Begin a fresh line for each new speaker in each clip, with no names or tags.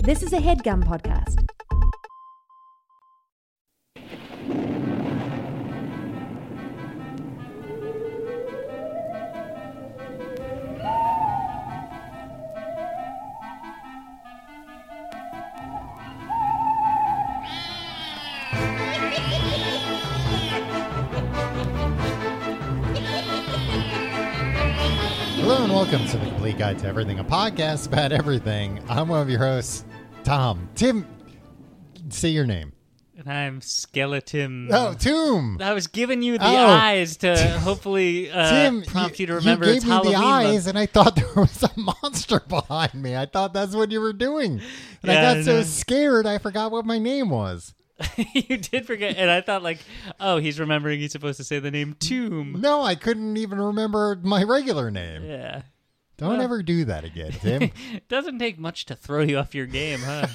This is a headgum podcast.
Hello and welcome to the Complete Guide to Everything, a podcast about everything. I'm one of your hosts, Tom. Tim, say your name.
And I'm Skeleton.
Oh, Tomb.
I was giving you the
Oh.
eyes to hopefully uh,
Tim,
prompt you to remember
You gave
it's
me
Halloween.
the
month.
eyes, and I thought there was a monster behind me. I thought that's what you were doing, and
Yeah,
I got
I
so
know.
scared I forgot what my name was.
you did forget, and I thought like, oh, he's remembering he's supposed to say the name Tomb.
No, I couldn't even remember my regular name.
Yeah,
Don't
Well.
ever do that again, Tim.
doesn't take much to throw you off your game, huh?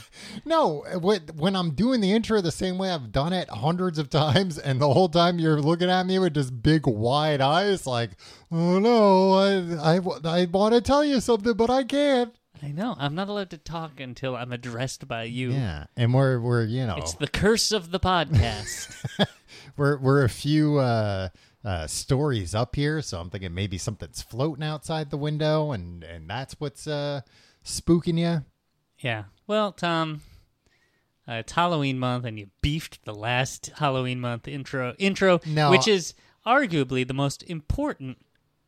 No, what- when I'm doing the intro the same way I've done it hundreds of times, and the whole time you're looking at me with just big wide eyes, like, oh no, I, I, want to tell you something, but I can't.
I know. I'm not allowed to talk until I'm addressed by you.
Yeah, and we're we're you know
It's the curse of the podcast.
we're we're a few uh, uh, stories up here, so I'm thinking maybe something's floating outside the window, and and that's what's uh, spooking you.
yeah. Well, Tom, uh, it's Halloween month, and you beefed the last Halloween month intro intro,
No.
which is arguably the most important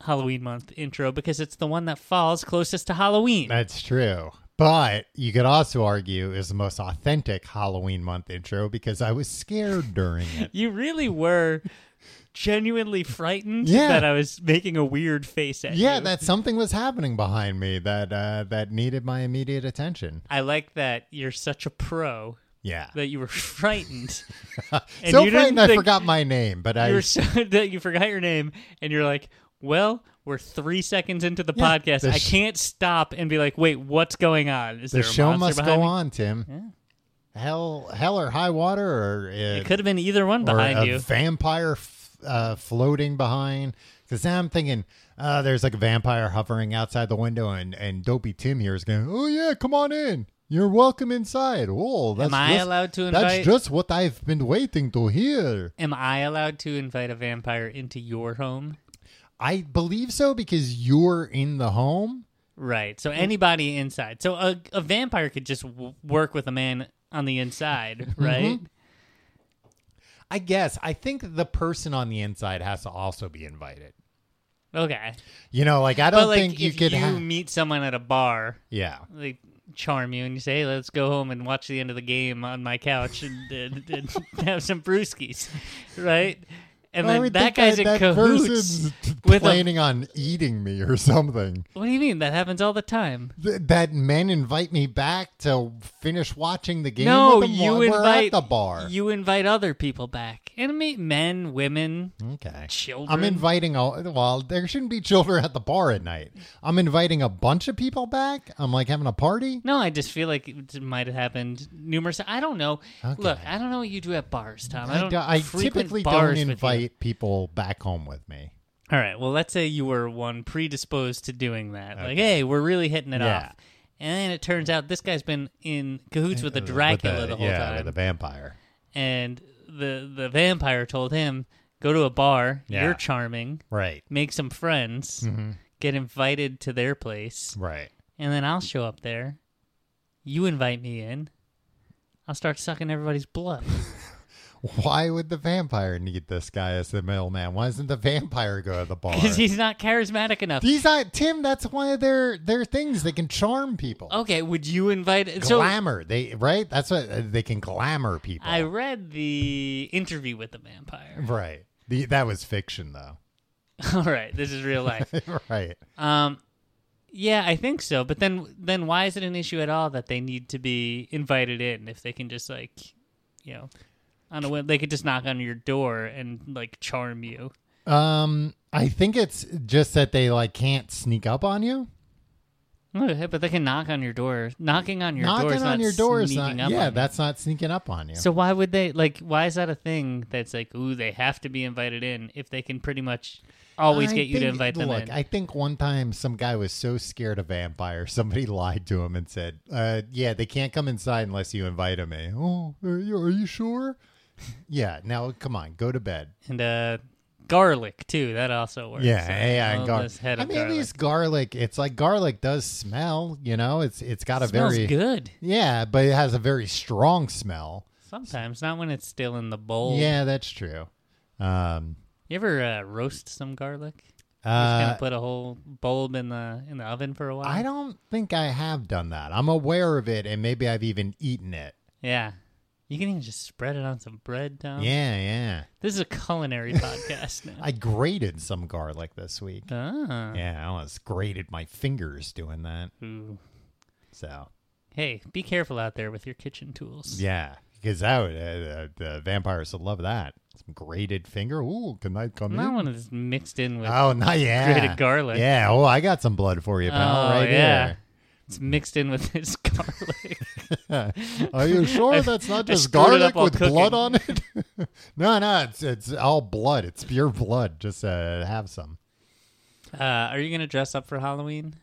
Halloween month intro because it's the one that falls closest to Halloween.
That's true. But you could also argue is the most authentic Halloween month intro because I was scared during it.
you really were genuinely frightened
Yeah.
that I was making a weird face at
Yeah,
you.
that something was happening behind me that uh, that needed my immediate attention.
I like that you're such a pro
Yeah,
that you were frightened. and
so
you didn't
frightened I
think-
forgot my name, but I
you were so that you forgot your name and you're like well we're three seconds into the
Yeah,
podcast
the
i
sh-
can't stop and be like wait what's going on is
the
there a
show
monster
must
behind
go
me?
on, Tim. Hell, hell or high water, or uh,
it could have been either one
or
behind
a
you
vampire f- uh, floating behind. Because I'm thinking, uh, there's like a vampire hovering outside the window, and, and Dopey Tim here is going, oh, yeah, come on in. You're welcome inside. Oh, that's
Am I
just-
allowed to
That's
invite-
just what I've been waiting to hear.
am i allowed to invite a vampire into your home
I believe so because you're in the home.
right
Mm.
so anybody inside so a, a vampire could just w- work with a man on the inside
Mm-hmm.
right
I guess. I think the person on the inside has to also be invited.
okay
You know, like, I don't
but like
think you
if
could
you
have.
meet someone at a bar
Yeah.
they charm you and you say, hey, let's go home and watch the end of the game on my couch and, and, and have some brewskis, right? And
I
then
would
that
think
guy's in
that, that
cahoots.
person's
with a-
planning on eating me or something.
What do you mean? That happens all the time.
Th- that men invite me back to finish watching the game
no,
with them
you
while
invite
we're at the bar.
You invite other people back. And meet men, women.
okay.
Children.
Hmm. I'm inviting all well, there shouldn't be children at the bar at night. I'm inviting a bunch of people back. I'm like having a party.
No, I just feel like it might have happened numerous. I don't know. Look, I don't know what you do at bars, Tom. I don't.
do- I
frequent
typically
bars
don't
with you.
invite people back home with me.
All right. Well, let's say you were one predisposed to doing that. Like, hey, we're really hitting it
Yeah.
off. And then it turns out this guy's been in cahoots with the
Uh, With
Dracula the, whole
yeah,
time.
with the vampire.
and the the vampire told him, go to a bar.
Yeah. Mm-hmm.
You're charming.
Right.
Make some friends. Get invited to their place.
Right.
And then I'll show up there. You invite me in. I'll start sucking everybody's blood.
Why would the vampire need this guy as the middleman? Why doesn't the vampire go to the bar?
Because he's not charismatic enough.
These are Tim. That's one of their their things. They can charm people.
Okay, would you invite... So,
glamour. they right. That's what uh, they can glamour people.
I read the interview with the vampire.
right. The, that was fiction, though.
All right, this is real life.
right.
um, yeah, I think so. But then, then why is it an issue at all that they need to be invited in if they can just like, you know, on a whim, they could just knock on your door and like charm you.
Um, I think it's just that they like can't sneak up on you.
Okay, But they can knock on your door. Knocking on your door
Knocking
is
on
not
your door is
sneaking
not.
up on
Yeah,
you.
that's not sneaking up on you.
So why would they like? Why is that a thing? That's like, ooh, they have to be invited in if they can pretty much always
I
get you to
think-
invite them
look,
in.
I think one time some guy was so scared of vampires, somebody lied to him and said, uh, "Yeah, they can't come inside unless you invite them." In. Oh, are you, are you sure? yeah. Now, come on, go to bed.
and uh, garlic too. That also works.
Yeah, yeah, and garlic.
Homeless
I
head of
mean, at
garlic.
least garlic. It's like garlic does smell. You know, it's it's got a
smells
very
good.
yeah, but it has a very strong smell.
Sometimes not when it's still in the bowl.
Yeah, that's true. Um,
You ever uh, roast some garlic? Just kind
uh,
of put a whole bulb in the in the oven for a while.
I don't think I have done that. I'm aware of it, and maybe I've even eaten it.
Yeah. You can even just spread it on some bread, Tom.
Yeah, yeah.
This is a culinary podcast now.
I grated some garlic this week.
Ah.
Yeah, I almost grated my fingers doing that.
Ooh.
So
Hey, be careful out there with your kitchen tools.
yeah, because that would, uh, the vampires would love that. Some grated finger. Ooh, can I come
Not
in?
one that's mixed in with
Oh, not yeah.
grated garlic.
Yeah. Oh, I got some blood for you, pal.
Oh,
right
yeah. it's mixed in with this garlic.
here. Are you sure that's not
I
just
screwed it
garlic
up while
with blood
cooking.
on it? no, no. It's it's all blood. It's pure blood. Just uh, have some.
uh, are you gonna dress up for Halloween?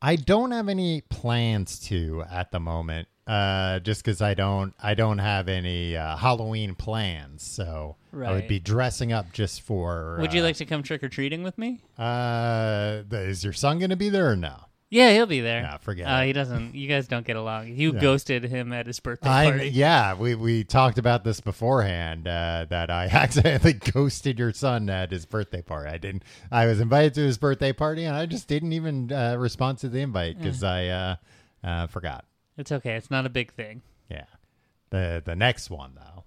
I don't have any plans to at the moment. Uh, just because I don't, I don't have any uh, Halloween plans, so I would
Right.
be dressing up just for.
Would you
uh,
like to come trick or treating with me?
Uh, th- is your son going to be there or no?
Yeah, he'll be there.
Yeah, forget
Uh,
it.
he doesn't. You guys don't get along. You
Yeah.
ghosted him at his birthday
I
party.
yeah, we we talked about this beforehand uh, that I accidentally ghosted your son at his birthday party. I didn't. I was invited to his birthday party and I just didn't even uh, respond to the
Mm.
invite because I uh, uh, forgot.
It's okay. It's not a big thing.
Yeah, the the next one though.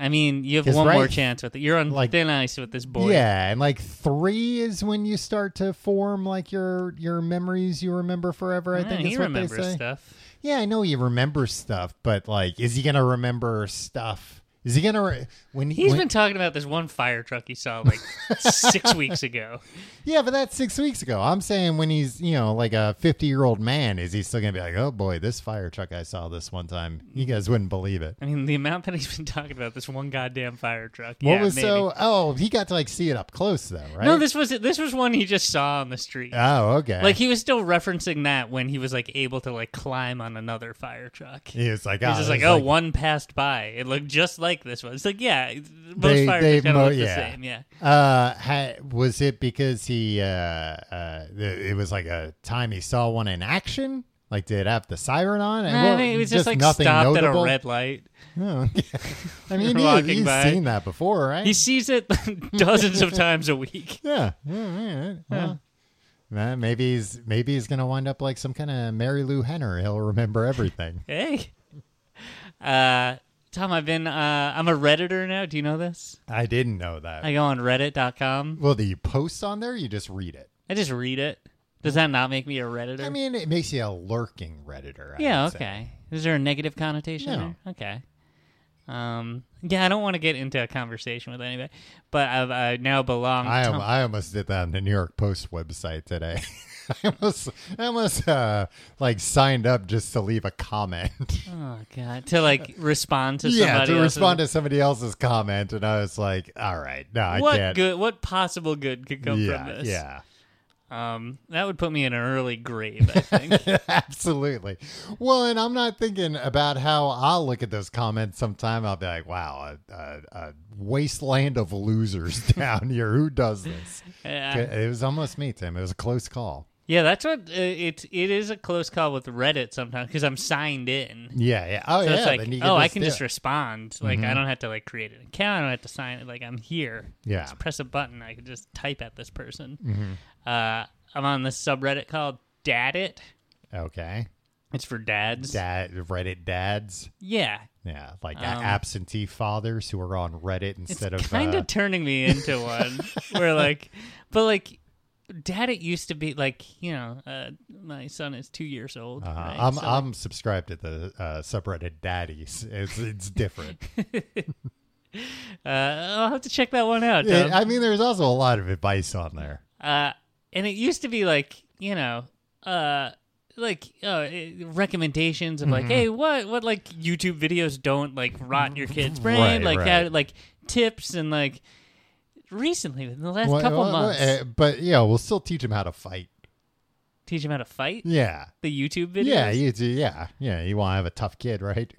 I mean, you have
'Cause
one more
right-
chance with it. You're on
like-
thin ice with this boy.
Yeah, and like three is when you start to form like your your memories you remember forever. I
Yeah,
think
Mm, he
is what they
remembers
say.
stuff.
Yeah, I know he remembers stuff, but like, is he gonna remember stuff? Is he gonna re- when he
He's
when,
been talking about this one fire truck he saw like six weeks ago.
Yeah, but that's six weeks ago. I'm saying when he's, you know, like a 50 year old man, is he still going to be like, oh boy, this fire truck I saw this one time? You guys wouldn't believe it.
I mean, the amount that he's been talking about this one goddamn fire truck.
What
yeah,
was
maybe.
so? Oh, he got to like see it up close though, right?
No, this was this was one he just saw on the street.
Oh, okay.
like he was still referencing that when he was like able to like climb on another fire truck.
he was like, oh,
He's just like,
this is
oh, one passed by. It looked just like this one. It's like, yeah, most
They-
fire
they
trucks kind
mo-
of look the
yeah.
same. Yeah,
Uh, ha- was it because he, uh, uh, th- it was like a time he saw one in action? Like, did it have the siren on? And
I
well,
mean, it was just, like
nothing
stopped
notable?
at a red light.
Oh, yeah. I mean, he,
Walking
he's
by.
seen that before, right?
He sees it dozens of times a week.
Yeah. yeah, all right. Well, man, maybe he's maybe he's gonna wind up like some kind of Mary Lou Henner. He'll remember everything.
Hey, uh, Tom, I've been uh, I'm a redditor now. Do you know this?
I didn't know that.
I go on Reddit.com.
well, do you post on there? Or you just read it.
I just read it. Does that not make me a redditor?
I mean, it makes you a lurking redditor. I
yeah,
would say.
okay. Is there a negative connotation?
No.
There? Okay. Um, yeah, I don't want to get into a conversation with anybody, but I've, I now belong.
I,
to-
al- I almost did that on the New York Post website today. I almost, I almost uh, like signed up just to leave a comment.
oh god, to like respond to
yeah,
somebody.
to
else's-
respond to somebody else's comment, and I was like, "All right, no, I
what
can't."
good? What possible good could come
yeah,
from this?
yeah.
Um, that would put me in an early grave. I think.
Absolutely. Well, and I'm not thinking about how I'll look at those comments sometime. I'll be like, wow, a, a, a wasteland of losers down here. Who does this?
yeah.
It was almost me, Tim. It was a close call.
Yeah, that's what uh, it. It is a close call with Reddit sometimes because I'm signed in.
Yeah, yeah. Oh,
So
yeah.
it's
then you
like, oh, I can
do
just
it.
respond. Like,
Mm-hmm.
I don't have to like create an account. I don't have to sign it. Like, I'm here.
Yeah. Mm-hmm.
Just press a button. I can just type at this person. Uh, I'm on this subreddit called Dad It.
Okay.
It's for dads.
Dad, Reddit dads.
Yeah.
Yeah, like a-
Um,
absentee fathers who are on Reddit
It's
instead of.
kind
uh,
of turning me into one where like, but like, Dad It used to be like, you know, uh, my son is two years old.
uh,
right?
I'm
So, like,
I'm subscribed to the uh, subreddit daddies. It's it's different.
uh, I'll have to check that one out.
Yeah,
Dom.
I mean, there's also a lot of advice on there.
Uh, and it used to be like you know, uh, like uh, eh, recommendations of like,
Mm-hmm.
hey, what what like YouTube videos don't like rot your kid's brain,
Right,
like
right.
how- like tips and like recently, within the last
Well,
couple
well,
months,
eh, But yeah, we'll still teach him how to fight.
teach him how to fight.
Yeah.
The YouTube videos.
Yeah, you do. Yeah, yeah. You want to have a tough kid, right?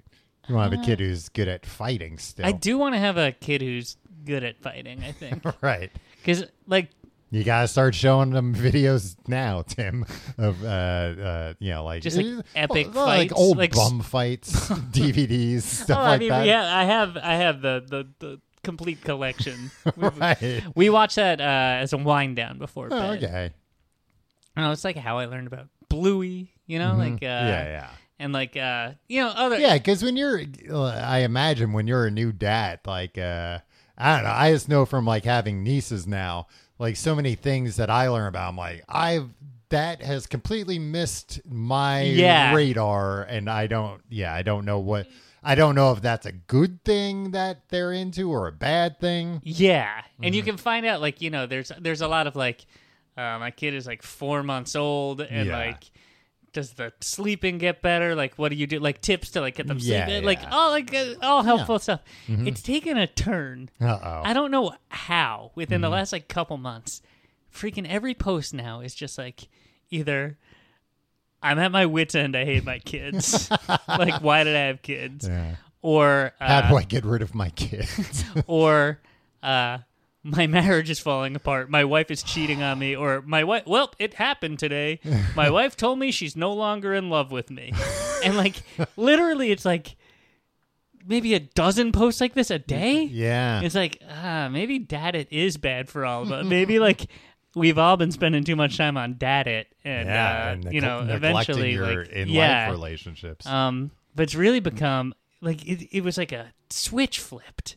You want to have a kid who's good at fighting still,
Uh-huh. I do want to have a kid who's good at fighting. I think
right?
because like
You gotta start showing them videos now, Tim. Of uh, uh you know, like
Just, like, epic
well, like
fights,
old
like s-
bum fights, DVDs, stuff
oh,
like
I mean,
that.
yeah, I have I have the the, the complete collection. We-
right.
We watched that uh, as a wind down before
Oh,
bed.
okay.
And it's like how I learned about Bluey, you know, like uh,
Mm-hmm. yeah, yeah.
and like uh, you know, other
Yeah, because when you're, I imagine when you're a new dad, like, uh, I don't know, I just know from like having nieces now, like so many things that I learn about. I'm like, I've that has completely missed my
Yeah.
radar, and I don't, yeah, I don't know what, I don't know if that's a good thing that they're into or a bad thing.
Yeah, and
Mm-hmm.
you can find out like you know, there's there's a lot of like, uh, my kid is like four months old, and
Yeah.
like, does the sleeping get better? Like, what do you do? Like tips to like get them
Yeah,
sleeping, like
yeah. Mm-hmm.
all like uh, all helpful stuff. It's taken a turn.
Uh oh.
I don't know how within the last like couple months, freaking every post now is just like either I'm at my wits end. I hate my kids. like, why did I have kids?
Yeah.
Or uh,
How do I get rid of my kids?
or uh, my marriage is falling apart. My wife is cheating on me, or my wife. Well, it happened today. My wife told me she's no longer in love with me, and like literally, it's like maybe a dozen posts like this a day.
yeah.
It's like ah, maybe dad it is bad for all of us. Maybe like we've all been spending too much time on dad it, and, uh,
and
you
neglect-
know,
neglecting
eventually,
your
like
in-life
yeah,
relationships.
um, but it's really become like it, it was like a switch flipped,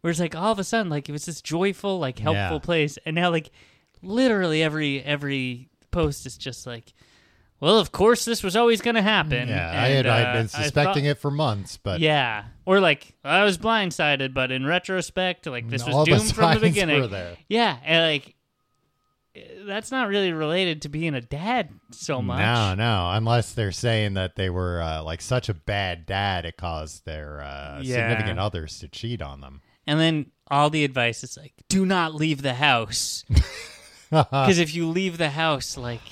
where it's like all of a sudden like it was this joyful, like helpful
Mm-hmm. Yeah.
place, and now like literally every every post is just like, well, of course this was always going to happen.
yeah, I had
and,
I'd
uh,
been
I
suspecting
thought-
it for months, but
Yeah, or like I was blindsided, but in retrospect, like this
all
was
the
doomed from
signs
the beginning.
were there.
Yeah, and like that's not really related to being a dad so much.
No, no, unless they're saying that they were uh, like such a bad dad, it caused their uh,
Yeah.
significant others to cheat on them.
And then all the advice is like, do not leave the house. Because if you leave the house, like,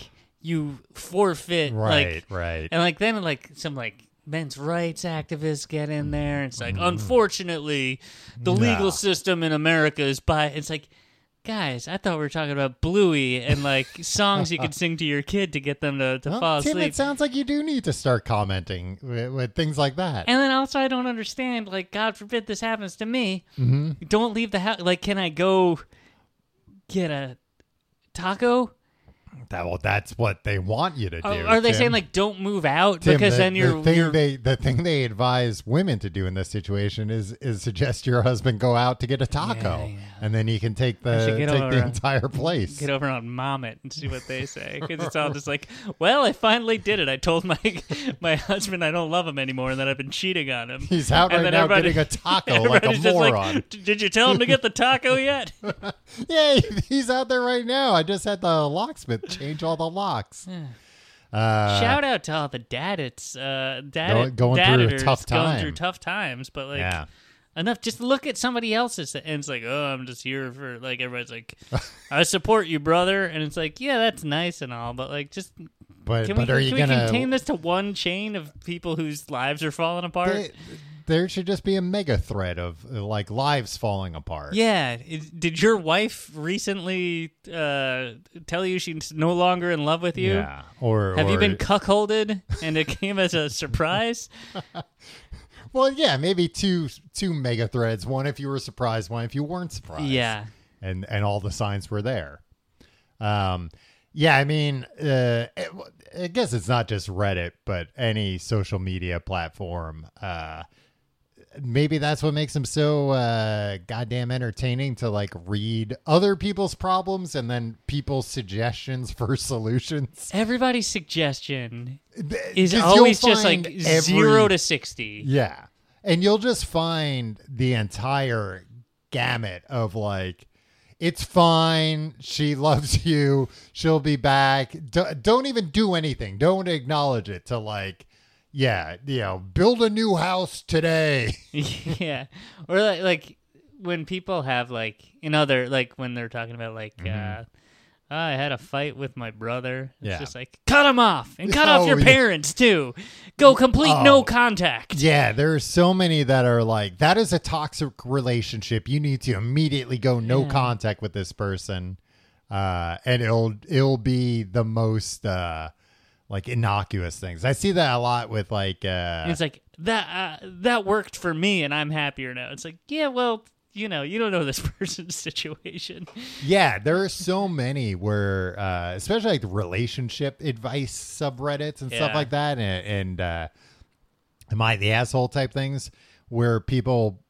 you forfeit.
Right,
Like,
right.
and like, then, like, some, like, men's rights activists get in there. And it's like, unfortunately, the
Mm-hmm. Nah.
legal system in America is by. It's like, guys, I thought we were talking about Bluey and, like, songs you could sing to your kid to get them to, to
Well,
fall
Tim,
asleep.
it sounds like you do need to start commenting with, with things like that.
And then also, I don't understand. Like, God forbid this happens to me.
Mm-hmm.
Don't leave the house. Like, can I go get a taco?
that, well, that's what they want you to do.
Are, are they
Tim.
saying like don't move out
Tim,
because
the-
then you're
the thing
you're
they the thing they advise women to do in this situation is is suggest your husband go out to get a taco,
yeah.
and then you can take
should
the
get
take
over
the
on-
entire place.
get over on mom it and see what they say because it's all just like, well, I finally did it. I told my my husband I don't love him anymore and that I've been cheating on him.
He's out
And
right
then
now
everybody-
getting a taco like a
Everybody's just
moron. Uh,
like, "D- did you tell him to get the taco yet?
Yay, he's out there right now. I just had the locksmith change all the locks. Uh,
Shout out to all the dadits, uh,
Going-
dadit,
going through a
dadditers
tough
going through
time.
tough times, but like.
yeah.
enough. Just look at somebody else's, and it's like, oh, I'm just here for like everybody's like, I support you, brother, and it's like, yeah, that's nice and all, but like, just
But,
can
but
we
are
can
you
we
going to.
contain this to one chain of people whose lives are falling apart?
there should just be a mega thread of uh, like lives falling apart.
yeah, Is- did your wife recently uh, tell you she's no longer in love with you?
Yeah. Or
Have you
or-
been cuckolded and it came as a surprise?
well, yeah, maybe two two mega threads. One if you were surprised, one if you weren't surprised.
yeah.
and and all the signs were there. Um, yeah, I mean, uh, it- I guess it's not just Reddit, but any social media platform. Uh, maybe that's what makes them so uh, goddamn entertaining to like read other people's problems and then people's suggestions for solutions.
Everybody's suggestion is
'Cause you'll
always just like
find every-
zero to 60.
Yeah. And you'll just find the entire gamut of like, it's fine. She loves you. She'll be back. D- don't even do anything. Don't acknowledge it to like, yeah, you know, build a new house today.
yeah or like, like when people have like in other like when they're talking about like uh, "Oh, I had a fight with my brother. It's
Mm-hmm. Yeah.
just like cut him off and cut off
Oh,
your
yeah.
parents too. Go complete
Oh.
no contact.
Yeah, there are so many that are like, that is a toxic relationship. You need to immediately go no contact with this person. Uh, and it'll it'll be the most uh, like innocuous things. I see that a lot with like uh,
And it's like that uh, that worked for me and I'm happier now. It's like yeah, well, you know, you don't know this person's situation.
Yeah, there are so many where, uh, especially like the relationship advice subreddits and stuff
Yeah.
like that, and, and uh, am I the asshole type things where people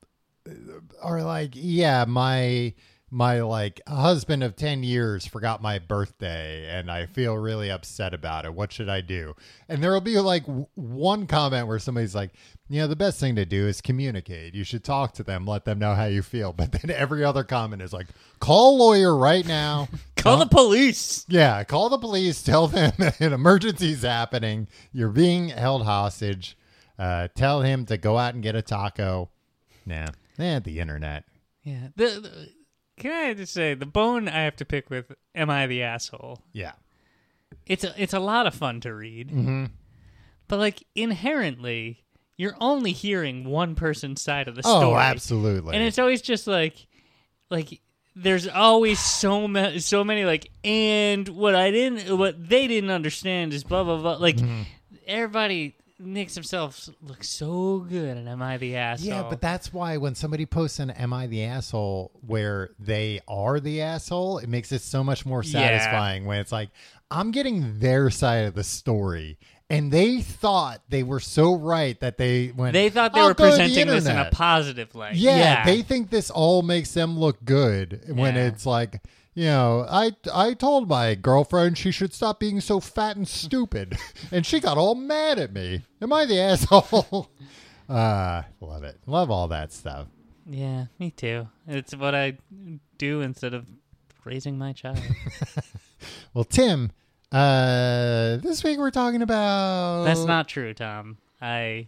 are like, yeah, my my like husband of 10 years forgot my birthday and i feel really upset about it what should i do and there'll be like w- one comment where somebody's like you know the best thing to do is communicate you should talk to them let them know how you feel but then every other comment is like call a lawyer right now
Call the police.
yeah call the police tell them an emergency's happening you're being held hostage uh, tell him to go out and get a taco nah eh, the internet
Yeah. The, the- can I just say the bone I have to pick with am I the asshole?
yeah
It's a, it's a lot of fun to read.
Mm-hmm.
But like inherently, you're only hearing one person's side of the story.
Oh, absolutely.
And it's always just like like there's always so ma- so many like and what I didn't what they didn't understand is blah blah blah like
Mm-hmm.
everybody makes themselves look so good and am I the asshole?
yeah, but that's why when somebody posts an "Am I the asshole?" where they are the asshole, it makes it so much more
Yeah.
satisfying when it's like I'm getting their side of the story, and they thought they were so right that they went.
they thought they
"I'll
were
go to the
presenting this in a
internet."
positive light.
Yeah, they think this all makes them look good when
Yeah.
it's like. You know, I I told my girlfriend she should stop being so fat and stupid, and she got all mad at me. Am I the asshole? uh, love it, love all that stuff.
Yeah, me too. It's what I do instead of raising my child.
Well, Tim, uh, this week we're talking about
That's not true, Tom. I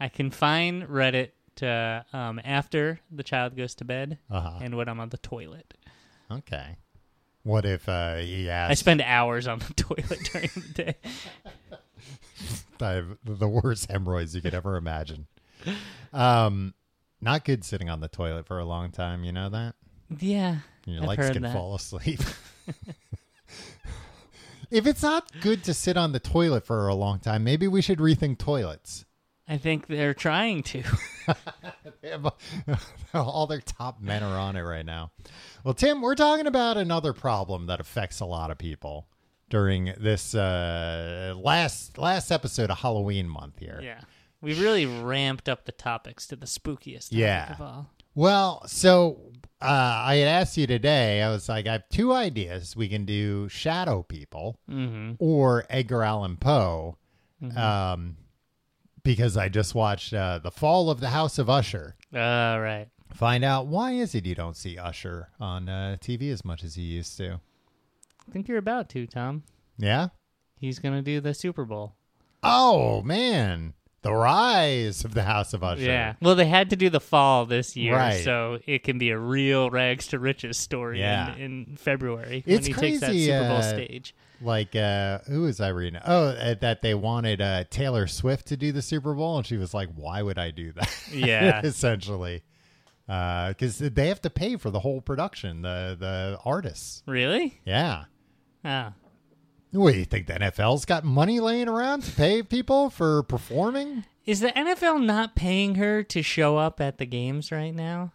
I confine Reddit to um, after the child goes to bed
Uh-huh.
and when I'm on the toilet.
okay. What if uh, he
I
asked
spend hours on the toilet during the day.
I have the worst hemorrhoids you could ever imagine? Um, not good sitting on the toilet for a long time. You know that.
Yeah,
And your
I've
legs
heard
can
that.
fall asleep. if it's not good to sit on the toilet for a long time, maybe we should rethink toilets.
I think they're trying to.
They have- All their top men are on it right now. Well, Tim, we're talking about another problem that affects a lot of people during this uh, last last episode of Halloween month here.
yeah, we really ramped up the topics to the spookiest. Topic
Yeah.
of all.
Well, so uh, I had asked you today. I was like, I have two ideas. We can do shadow people or Edgar Allan Poe, um, because I just watched uh, the Fall of the House of Usher.
All right.
Find out why is it you don't see Usher on uh, TV as much as you used to?
I think you're about to, Tom.
Yeah.
He's gonna do the Super Bowl.
Oh man, the rise of the House of Usher.
Yeah. Well, they had to do the fall this year,
Right.
so it can be a real rags to riches story
Yeah.
in, in February when
It's
he takes that
crazy,
Super Bowl
uh,
stage.
Like uh, who was I reading? Oh, uh, that they wanted uh, Taylor Swift to do the Super Bowl, and she was like, "Why would I do that?"
Yeah.
essentially, because they have to pay for the whole production, the the artists.
Really?
Yeah.
Oh.
What do you think the NFL's got money laying around to pay people for performing?
Is the NFL not paying her to show up at the games right now?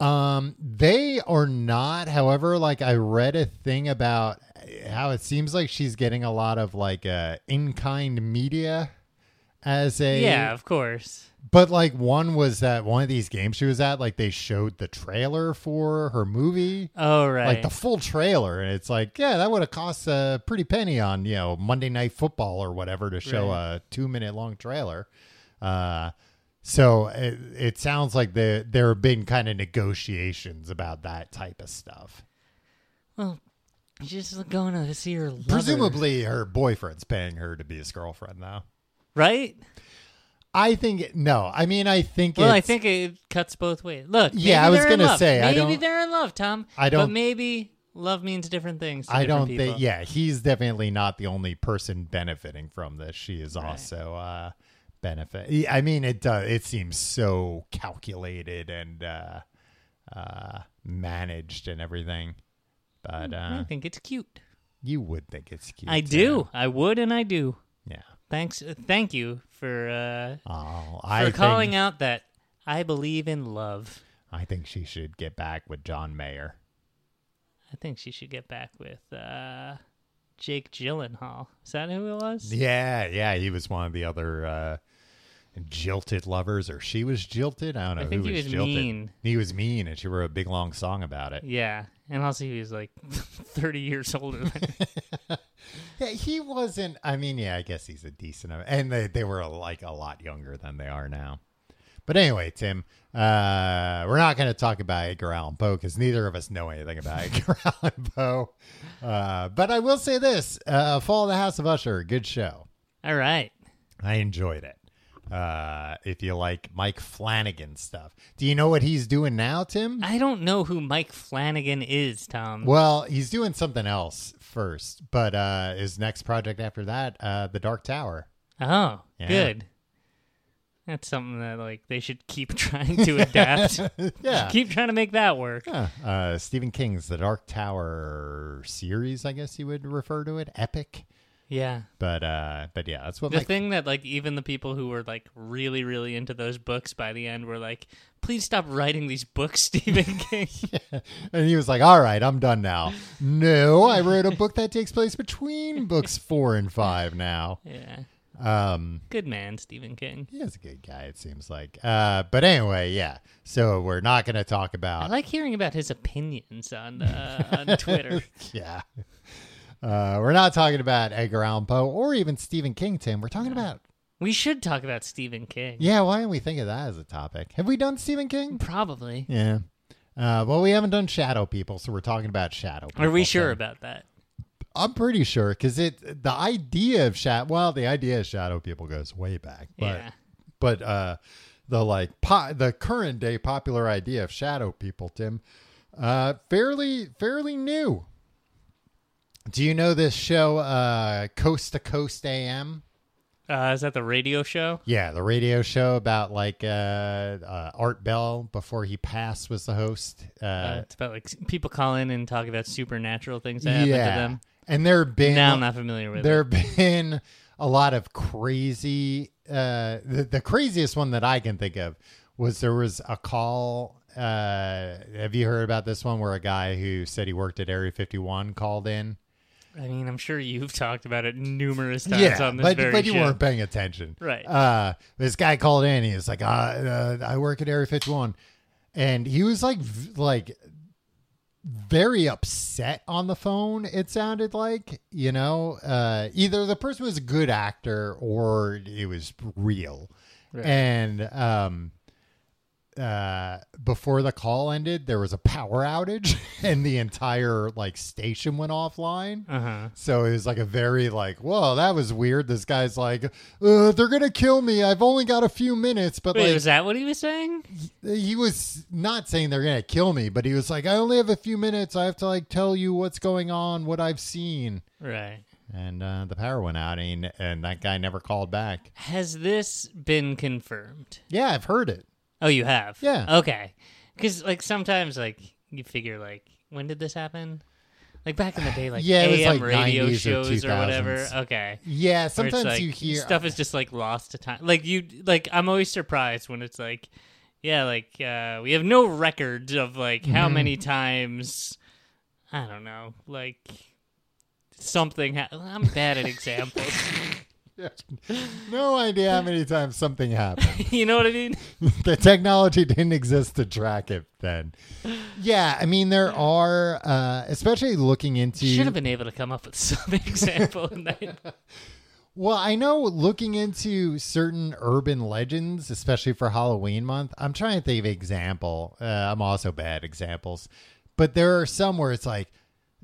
Um, they are not. However, like I read a thing about how it seems like she's getting a lot of like uh, in kind media as a
Yeah, of course.
But like one was that one of these games she was at, like they showed the trailer for her movie.
Oh, right.
Like the full trailer, and it's like, yeah, that would have cost a pretty penny on you know Monday Night Football or whatever to show a two minute long trailer. Uh, so it, it sounds like the, there have been kind of negotiations about that type of stuff.
well, she's just going to see her lover,
Presumably, her boyfriend's paying her to be his girlfriend, though.
right?
I think no. I mean, I think.
Well, I
it's-
think it cuts both ways. Look,
Yeah,
maybe
I was
they're in
gonna
love.
say, I
maybe
don't-
they're in love, Tom.
I don't-
But maybe love means different things. To
I
different
don't
people.
think. Yeah, he's definitely not the only person benefiting from this. She is also uh, benefit. Yeah, I mean, it does. It seems so calculated and uh, uh, managed and everything. But
Hmm, I
uh,
think it's cute.
you would think it's cute.
I
too.
do. I would, and I do.
Yeah.
Thanks. uh, Thank you for uh,
Oh,
for
I
calling
think,
out that I believe in love.
I think she should get back with John Mayer.
I think she should get back with uh, Jake Gyllenhaal. Is that who it was?
Yeah, yeah, he was one of the other uh, jilted lovers, or she was jilted. I don't know
I
who
think he
was,
was
jilted.
mean.
He was mean, and she wrote a big long song about it.
Yeah. And also, he was like 30 years older than
Yeah, he wasn't. I mean, yeah, I guess he's a decent. And they they were like a lot younger than they are now. But anyway, Tim, uh, we're not going to talk about Edgar Allan Poe because neither of us know anything about Edgar Allan Poe. Uh, but I will say this: uh, Fall of the House of Usher, good show.
All right.
I enjoyed it. Uh, if you like Mike Flanagan stuff, do you know what he's doing now, Tim?
I don't know who Mike Flanagan is, Tom.
Well, he's doing something else first, but uh, his next project after that, uh, The Dark Tower.
Oh,
Yeah.
good. That's something that like they should keep trying to adapt.
Yeah.
keep trying to make that work.
Yeah. Uh, Stephen King's The Dark Tower series, I guess you would refer to it, epic.
Yeah.
But uh, but yeah, that's what
The
Mike.
thing that like even the people who were like really really into those books by the end were like, please stop writing these books, Stephen King.
and he was like, "All right, I'm done now." no, I wrote a book that takes place between books four and five now.
yeah.
Um,
Good man, Stephen King.
He is a good guy, it seems like. Uh, but anyway, yeah. So we're not going to talk
I
about.
like hearing about his opinions on uh, on Twitter.
yeah. Uh, we're not talking about Edgar Allan Poe or even Stephen King, Tim. We're talking about.
We should talk about Stephen King.
Yeah, why didn't we think of that as a topic? Have we done Stephen King?
Probably.
Yeah. Uh, well, we haven't done Shadow People, so we're talking about Shadow People.
Are we sure
Tim.
about that?
I'm pretty sure because it the idea of shadow well the idea of shadow people goes way back but
Yeah.
but uh the like po- the current day popular idea of shadow people Tim uh fairly fairly new do you know this show uh coast to coast am
Uh, is that the radio show?
yeah the radio show about like uh, uh Art Bell before he passed was the host
Uh,
uh,
it's about like s- people call in and talk about supernatural things that happen to them.
and there have been
Now I'm not familiar with
there
it.
have been a lot of crazy uh the, the craziest one that i can think of was there was a call uh have you heard about this one where a guy who said he worked at area 51 called in
I mean, I'm sure you've talked about it numerous times on this
but,
very
but you
show.
weren't paying attention
Right.
uh this guy called in he was like uh, uh, i work at area 51 and he was like v- like very upset on the phone it sounded like you know uh either the person was a good actor or it was real
Right.
and um uh before the call ended there was a power outage and the entire like station went offline
Uh-huh.
so it was like a very like, whoa, that was weird. This guy's like, uh, they're gonna kill me. I've only got a few minutes, but
Wait,
like uh,
was that what he was saying?
he was not saying they're gonna kill me, but he was like, I only have a few minutes. I have to like tell you what's going on, what I've seen.
Right.
And uh, the power went out, and and that guy never called back.
Has this been confirmed?
Yeah, I've heard it.
Oh, you have.
Yeah.
Okay. Because like sometimes like you figure like when did this happen? Like back in the day, like
Yeah, it was,
AM
like,
radio
90s or
shows or, whatever.
2000s.
Okay.
Yeah,
Where it's,
sometimes
like,
you hear uh,
stuff is just like lost to time. Like you, like I'm always surprised when it's like, yeah, like uh, we have no records of like how
Mm-hmm.
many times, I don't know, like something. Ha- I'm bad at examples.
no idea how many times something happened.
you know what I mean?
the technology didn't exist to track it then. Yeah, I mean there are, uh, especially looking into
Should have been able to come up with some example. in that.
Well, I know looking into certain urban legends, especially for Halloween month, I'm trying to think of example. Uh, I'm also bad at examples, but there are some where it's like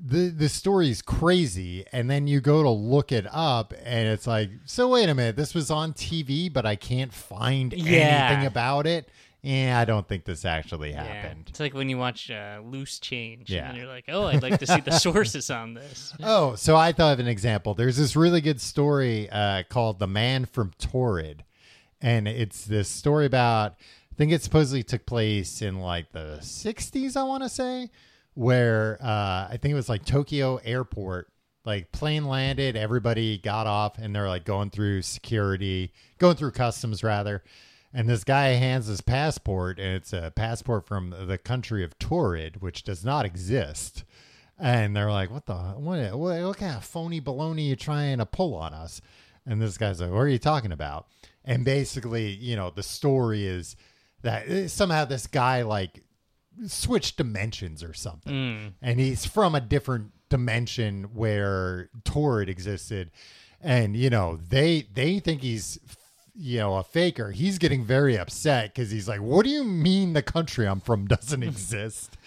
the the story's crazy and then you go to look it up and it's like so wait a minute this was on TV but I can't find
Yeah.
anything about it yeah I don't think this actually happened
It's like when you watch uh, Loose Change,
Yeah.
and you're like, "Oh, I'd like to see the sources on this."
oh so I thought of an example there's this really good story uh, called The Man from Torrid and it's this story about I think it supposedly took place in like the 60s I want to say where uh, I think it was like Tokyo airport like plane landed everybody got off and they're like going through security going through customs rather and this guy hands his passport and it's a passport from the country of Torrid which does not exist and they're like what the what what, what kind of phony baloney you trying to pull on us and this guy's like, "What are you talking about?" And basically, you know, the story is that eh, somehow this guy like switched dimensions or something, and he's from a different dimension where Torrid existed, and you know they they think he's you know a faker. He's getting very upset because he's like, "What do you mean the country I'm from doesn't exist?"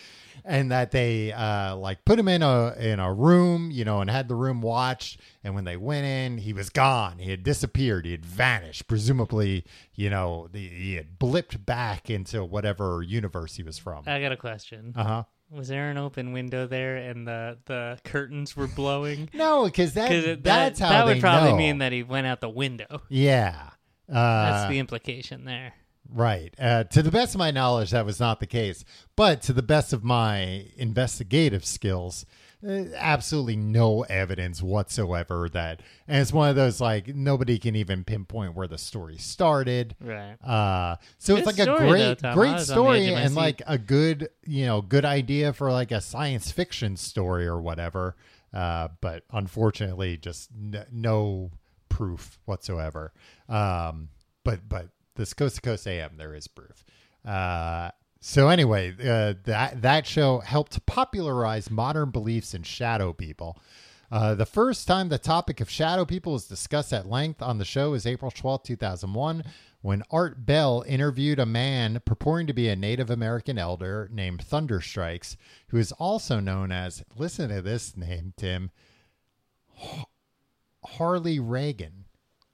and that they uh, like put him in a in a room, you know, and had the room watched. And when they went in, he was gone. He had disappeared. He had vanished. Presumably, you know, the, he had blipped back into whatever universe he was from.
I got a question.
Uh huh.
Was there an open window there, and the the curtains were blowing?
No, because that,
Because that
that's how
that
they
would probably
know.
mean that he went out the window.
Yeah.
That's
Uh,
the implication there.
right. Uh, to the best of my knowledge, that was not the case. But to the best of my investigative skills, uh, absolutely no evidence whatsoever that. And it's one of those like nobody can even pinpoint where the story started.
Right.
Uh, so it's
Good
like a
story, though,
great,
Tom. I
great
was on the edge of
story
my
and
seat.
like a good, you know, good idea for like a science fiction story or whatever. Uh, but unfortunately, just n- no proof whatsoever. Um, but but this coast to coast AM, there is proof. Uh, so anyway, uh, that that show helped popularize modern beliefs in shadow people. Uh, the first time the topic of shadow people is discussed at length on the show is April twelfth, two 2001, when Art Bell interviewed a man purporting to be a Native American elder named Thunderstrikes, who is also known as, listen to this name, Tim, Har- Harley Reagan.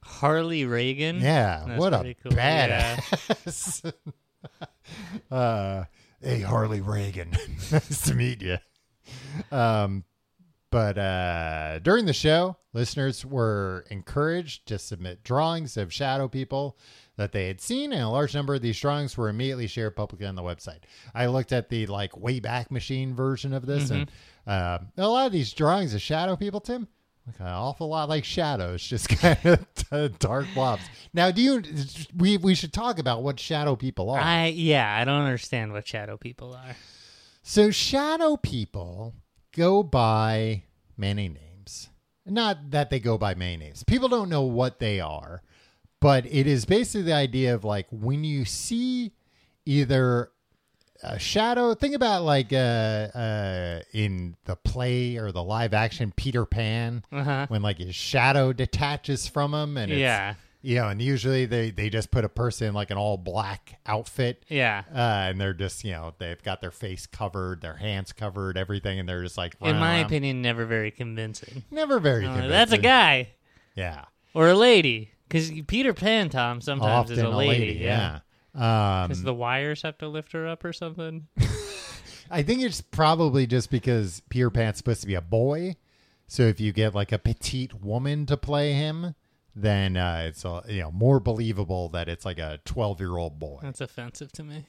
Harley Reagan.
Yeah,
Hmm. That's
what a
pretty cool. Yeah.
badass. uh, hey, Harley Reagan. nice to meet you. Um, but uh, during the show, listeners were encouraged to submit drawings of shadow people that they had seen, and a large number of these drawings were immediately shared publicly on the website. I looked at the like Wayback Machine version of this, and um a lot of these drawings of shadow people, Tim, look an awful lot like shadows, just kind of dark blobs. Now, do you? We we should talk about what shadow people are.
I yeah, I don't understand what shadow people are.
So shadow people go by many names. Not that they go by many names. People don't know what they are, but it is basically the idea of like when you see either a shadow. Think about like uh, uh, in the play or the live action Peter Pan
Uh-huh.
when like his shadow detaches from him, and it's,
Yeah.
you know, and usually they they just put a person in like an all black outfit,
Yeah.
uh, and they're just you know they've got their face covered, their hands covered, everything, and they're just like
In
running
my
around.
opinion, never very convincing.
never very.
Uh,
convincing.
that's a guy
Yeah,
or a lady, because Peter Pan Tom sometimes
often
is a lady. yeah. Mm.
yeah. Um,
Because the wires have to lift her up or something.
I think it's probably just because Peter Pan's supposed to be a boy, so if you get like a petite woman to play him, then uh, it's uh, you know more believable that it's like a twelve year old boy.
That's offensive to me.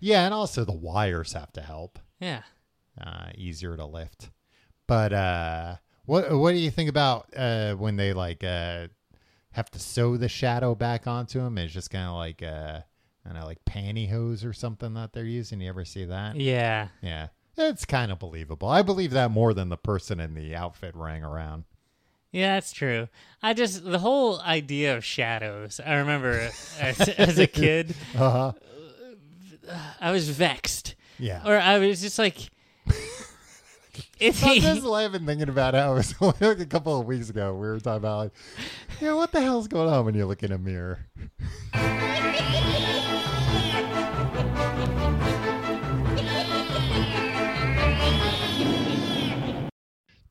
Yeah, and also the wires have to help.
Yeah.
uh, easier to lift. But uh, what what do you think about uh, when they like uh, have to sew the shadow back onto him? It's just kind of like uh, I don't know, like pantyhose or something that they're using. You ever see that?
Yeah.
Yeah, it's kind of believable. I believe that more than the person in the outfit running around.
Yeah, that's true. I just the whole idea of shadows. I remember as, as a kid, uh,
Uh huh.
Uh-huh. I was vexed,
Yeah.
or I was just like, it's
I'm just laughing thinking about how it was like a couple of weeks ago. We were talking about like, yeah, what the hell's going on when you look in a mirror?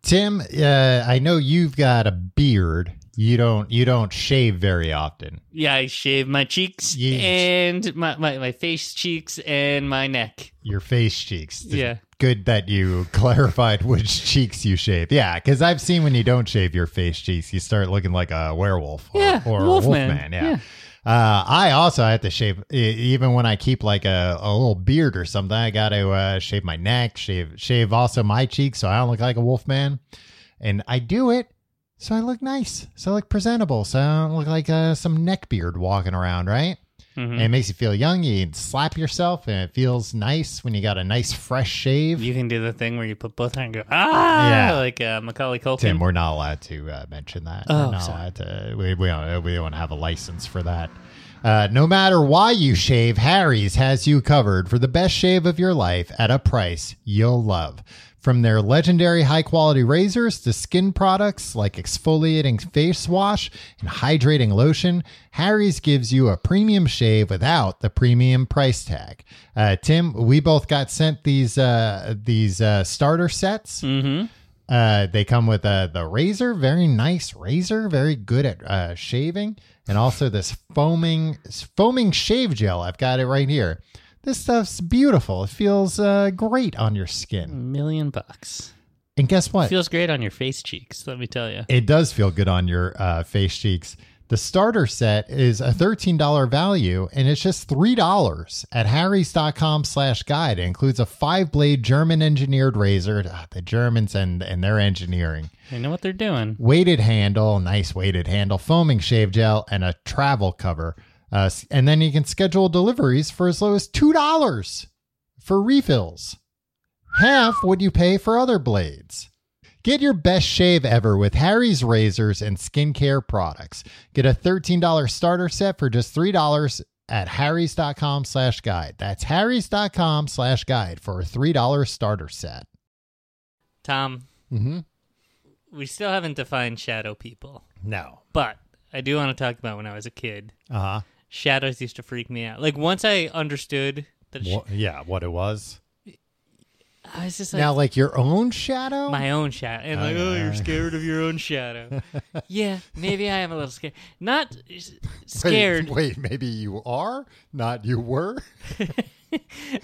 Tim, uh, I know you've got a beard. You don't you don't shave very often.
Yeah, I shave my cheeks
Yes.
and my, my, my face cheeks and my neck.
Your face cheeks.
Yeah.
Good that you clarified which cheeks you shave. Yeah, because I've seen when you don't shave your face cheeks, you start looking like a werewolf or,
Yeah,
or a
wolfman.
wolfman. Yeah.
Yeah.
Uh, I also have to shave, e- even when I keep like a, a little beard or something, I got to uh, shave my neck, shave, shave also my cheeks so I don't look like a wolfman. And I do it so I look nice, so I look presentable, so I don't look like uh, some neck beard walking around, right?
Mhm.
And it makes you feel young. You can slap yourself, and it feels nice when you got a nice fresh shave.
You can do the thing where you put both hands and go, ah,
Yeah.
like uh, Macaulay Culkin.
Tim, we're not allowed to uh, mention that.
Oh,
we're not
sorry.
allowed to. We, we, don't, we don't have a license for that. Uh, no matter why you shave, Harry's has you covered for the best shave of your life at a price you'll love. From their legendary high quality razors to skin products like exfoliating face wash and hydrating lotion, Harry's gives you a premium shave without the premium price tag. Uh, Tim, we both got sent these uh, these uh, starter sets.
Mm-hmm.
Uh, they come with uh, the razor, very nice razor, very good at uh, shaving, and also this foaming foaming shave gel. I've got it right here. This stuff's beautiful. It feels uh, great on your skin.
million bucks.
And guess what?
Feels great on your face cheeks, let me tell you.
It does feel good on your uh, face cheeks. The starter set is a $13 value and it's just $3 at harrys.com slash guide. It includes a five blade German engineered razor. Ah, the Germans and, and their engineering.
They know what they're doing.
weighted handle, nice weighted handle, foaming shave gel, and a travel cover. Uh, s- and then you can schedule deliveries for as low as $2 for refills, half what you pay for other blades. Get your best shave ever with Harry's razors and skincare products. Get a $13 starter set for just $3 at harrys.com slash guide. That's harrys.com slash guide for a $3 starter set.
Tom,
Mm-hmm.
we still haven't defined shadow people,
No.
but I do want to talk about when I was a kid.
Uh-huh.
Shadows used to freak me out. Like, once I understood that, sh-
Wha- yeah, what it was.
I was just like,
now, like your own shadow.
my own shadow. And like, oh, you're scared of your own shadow. yeah, maybe I am a little scared. Not s- scared.
Wait, wait, maybe you are not. You were.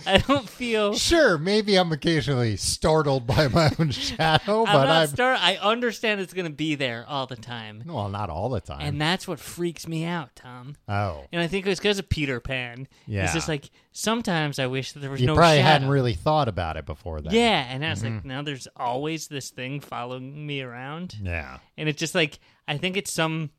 I don't feel.
Sure, maybe I'm occasionally startled by my own shadow,
I'm
but
not
I'm
star- I understand it's going to be there all the time.
well, not all the time.
And that's what freaks me out, Tom.
oh,
And I think it was because of Peter Pan.
Yeah.
It's just like sometimes I wish that there was
you
no
probably
shadow.
hadn't Mm-hmm. really thought about it before then.
yeah, and I was like, now there's always this thing following me around.
yeah.
And it's just like I think it's some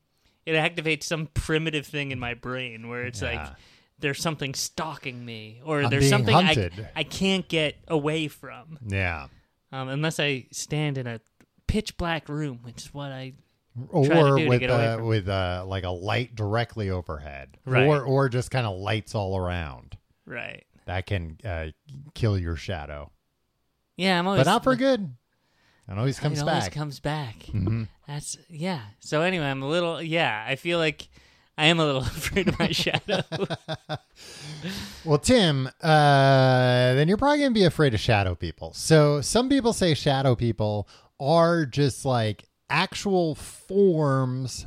it activates some primitive thing in my brain where it's like
Yeah.
there's something stalking me or
I'm
there's
being
something
hunted.
I I can't get away from.
Yeah.
Um, unless I stand in a pitch black room, which is what I to
Or
do to
with
get away
uh,
from-
with uh, like a light directly overhead,
Right.
or or just kind of lights all around
right.
that can uh, kill your shadow,
Yeah, I'm always
but not for good. It always comes
it always
back. Mm-hmm.
comes back. That's yeah. So anyway, I'm a little yeah. I feel like I am a little afraid of my shadow.
Well, Tim, uh, then you're probably going to be afraid of shadow people. So, some people say shadow people are just like actual forms,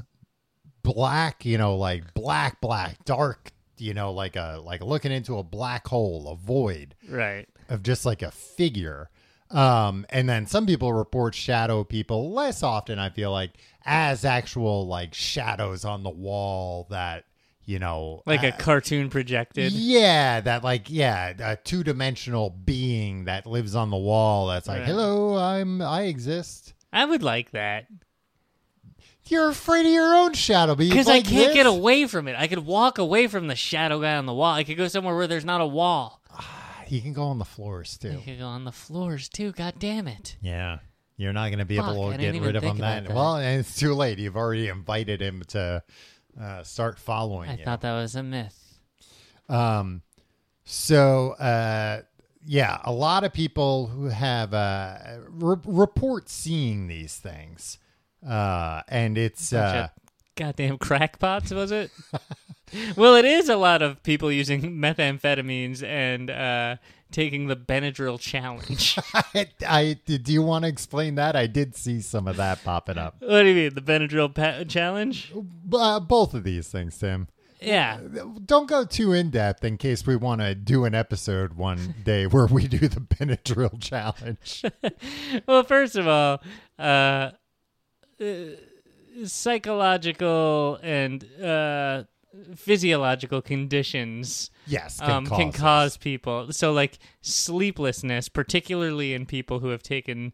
black, you know, like black, black, dark, you know, like a like looking into a black hole, a void
right.
of just like a figure. Um, and then some people report shadow people less often, I feel like, as actual like shadows on the wall that, you know,
Like
uh,
a cartoon projected.
yeah, that like yeah, a two dimensional being that lives on the wall. That's like,
Right.
hello, I'm I exist.
I would like that
You're afraid of your own shadow, but you
because I
like
can't
this?
get away from it. I could walk away from the shadow guy on the wall. I could go somewhere where there's not a wall.
You can go on the floors
I
too.
could go on the floors too. God damn it!
Yeah, you're not going to be
Fuck,
able to
I didn't
get
even
rid of
think
him
about
then.
that.
Well, and it's too late. You've already invited him to uh, start following
I
you.
thought that was a myth.
Um, so uh, yeah, a lot of people who have uh, re- report seeing these things, uh, and it's.
Bunch
Uh,
of goddamn crackpots was it? well, it is a lot of people using methamphetamines and uh, taking the Benadryl challenge.
I, I do you want to explain that? I did see some of that popping up.
what do you mean, the Benadryl pa- challenge?
B- Uh, both of these things, Tim.
Yeah.
Don't go too in depth in case we want to do an episode one day where we do the Benadryl challenge.
Well, first of all, uh, uh, psychological and uh, physiological conditions
Yes, can
um,
cause.
can
us.
cause people. So, like sleeplessness, particularly in people who have taken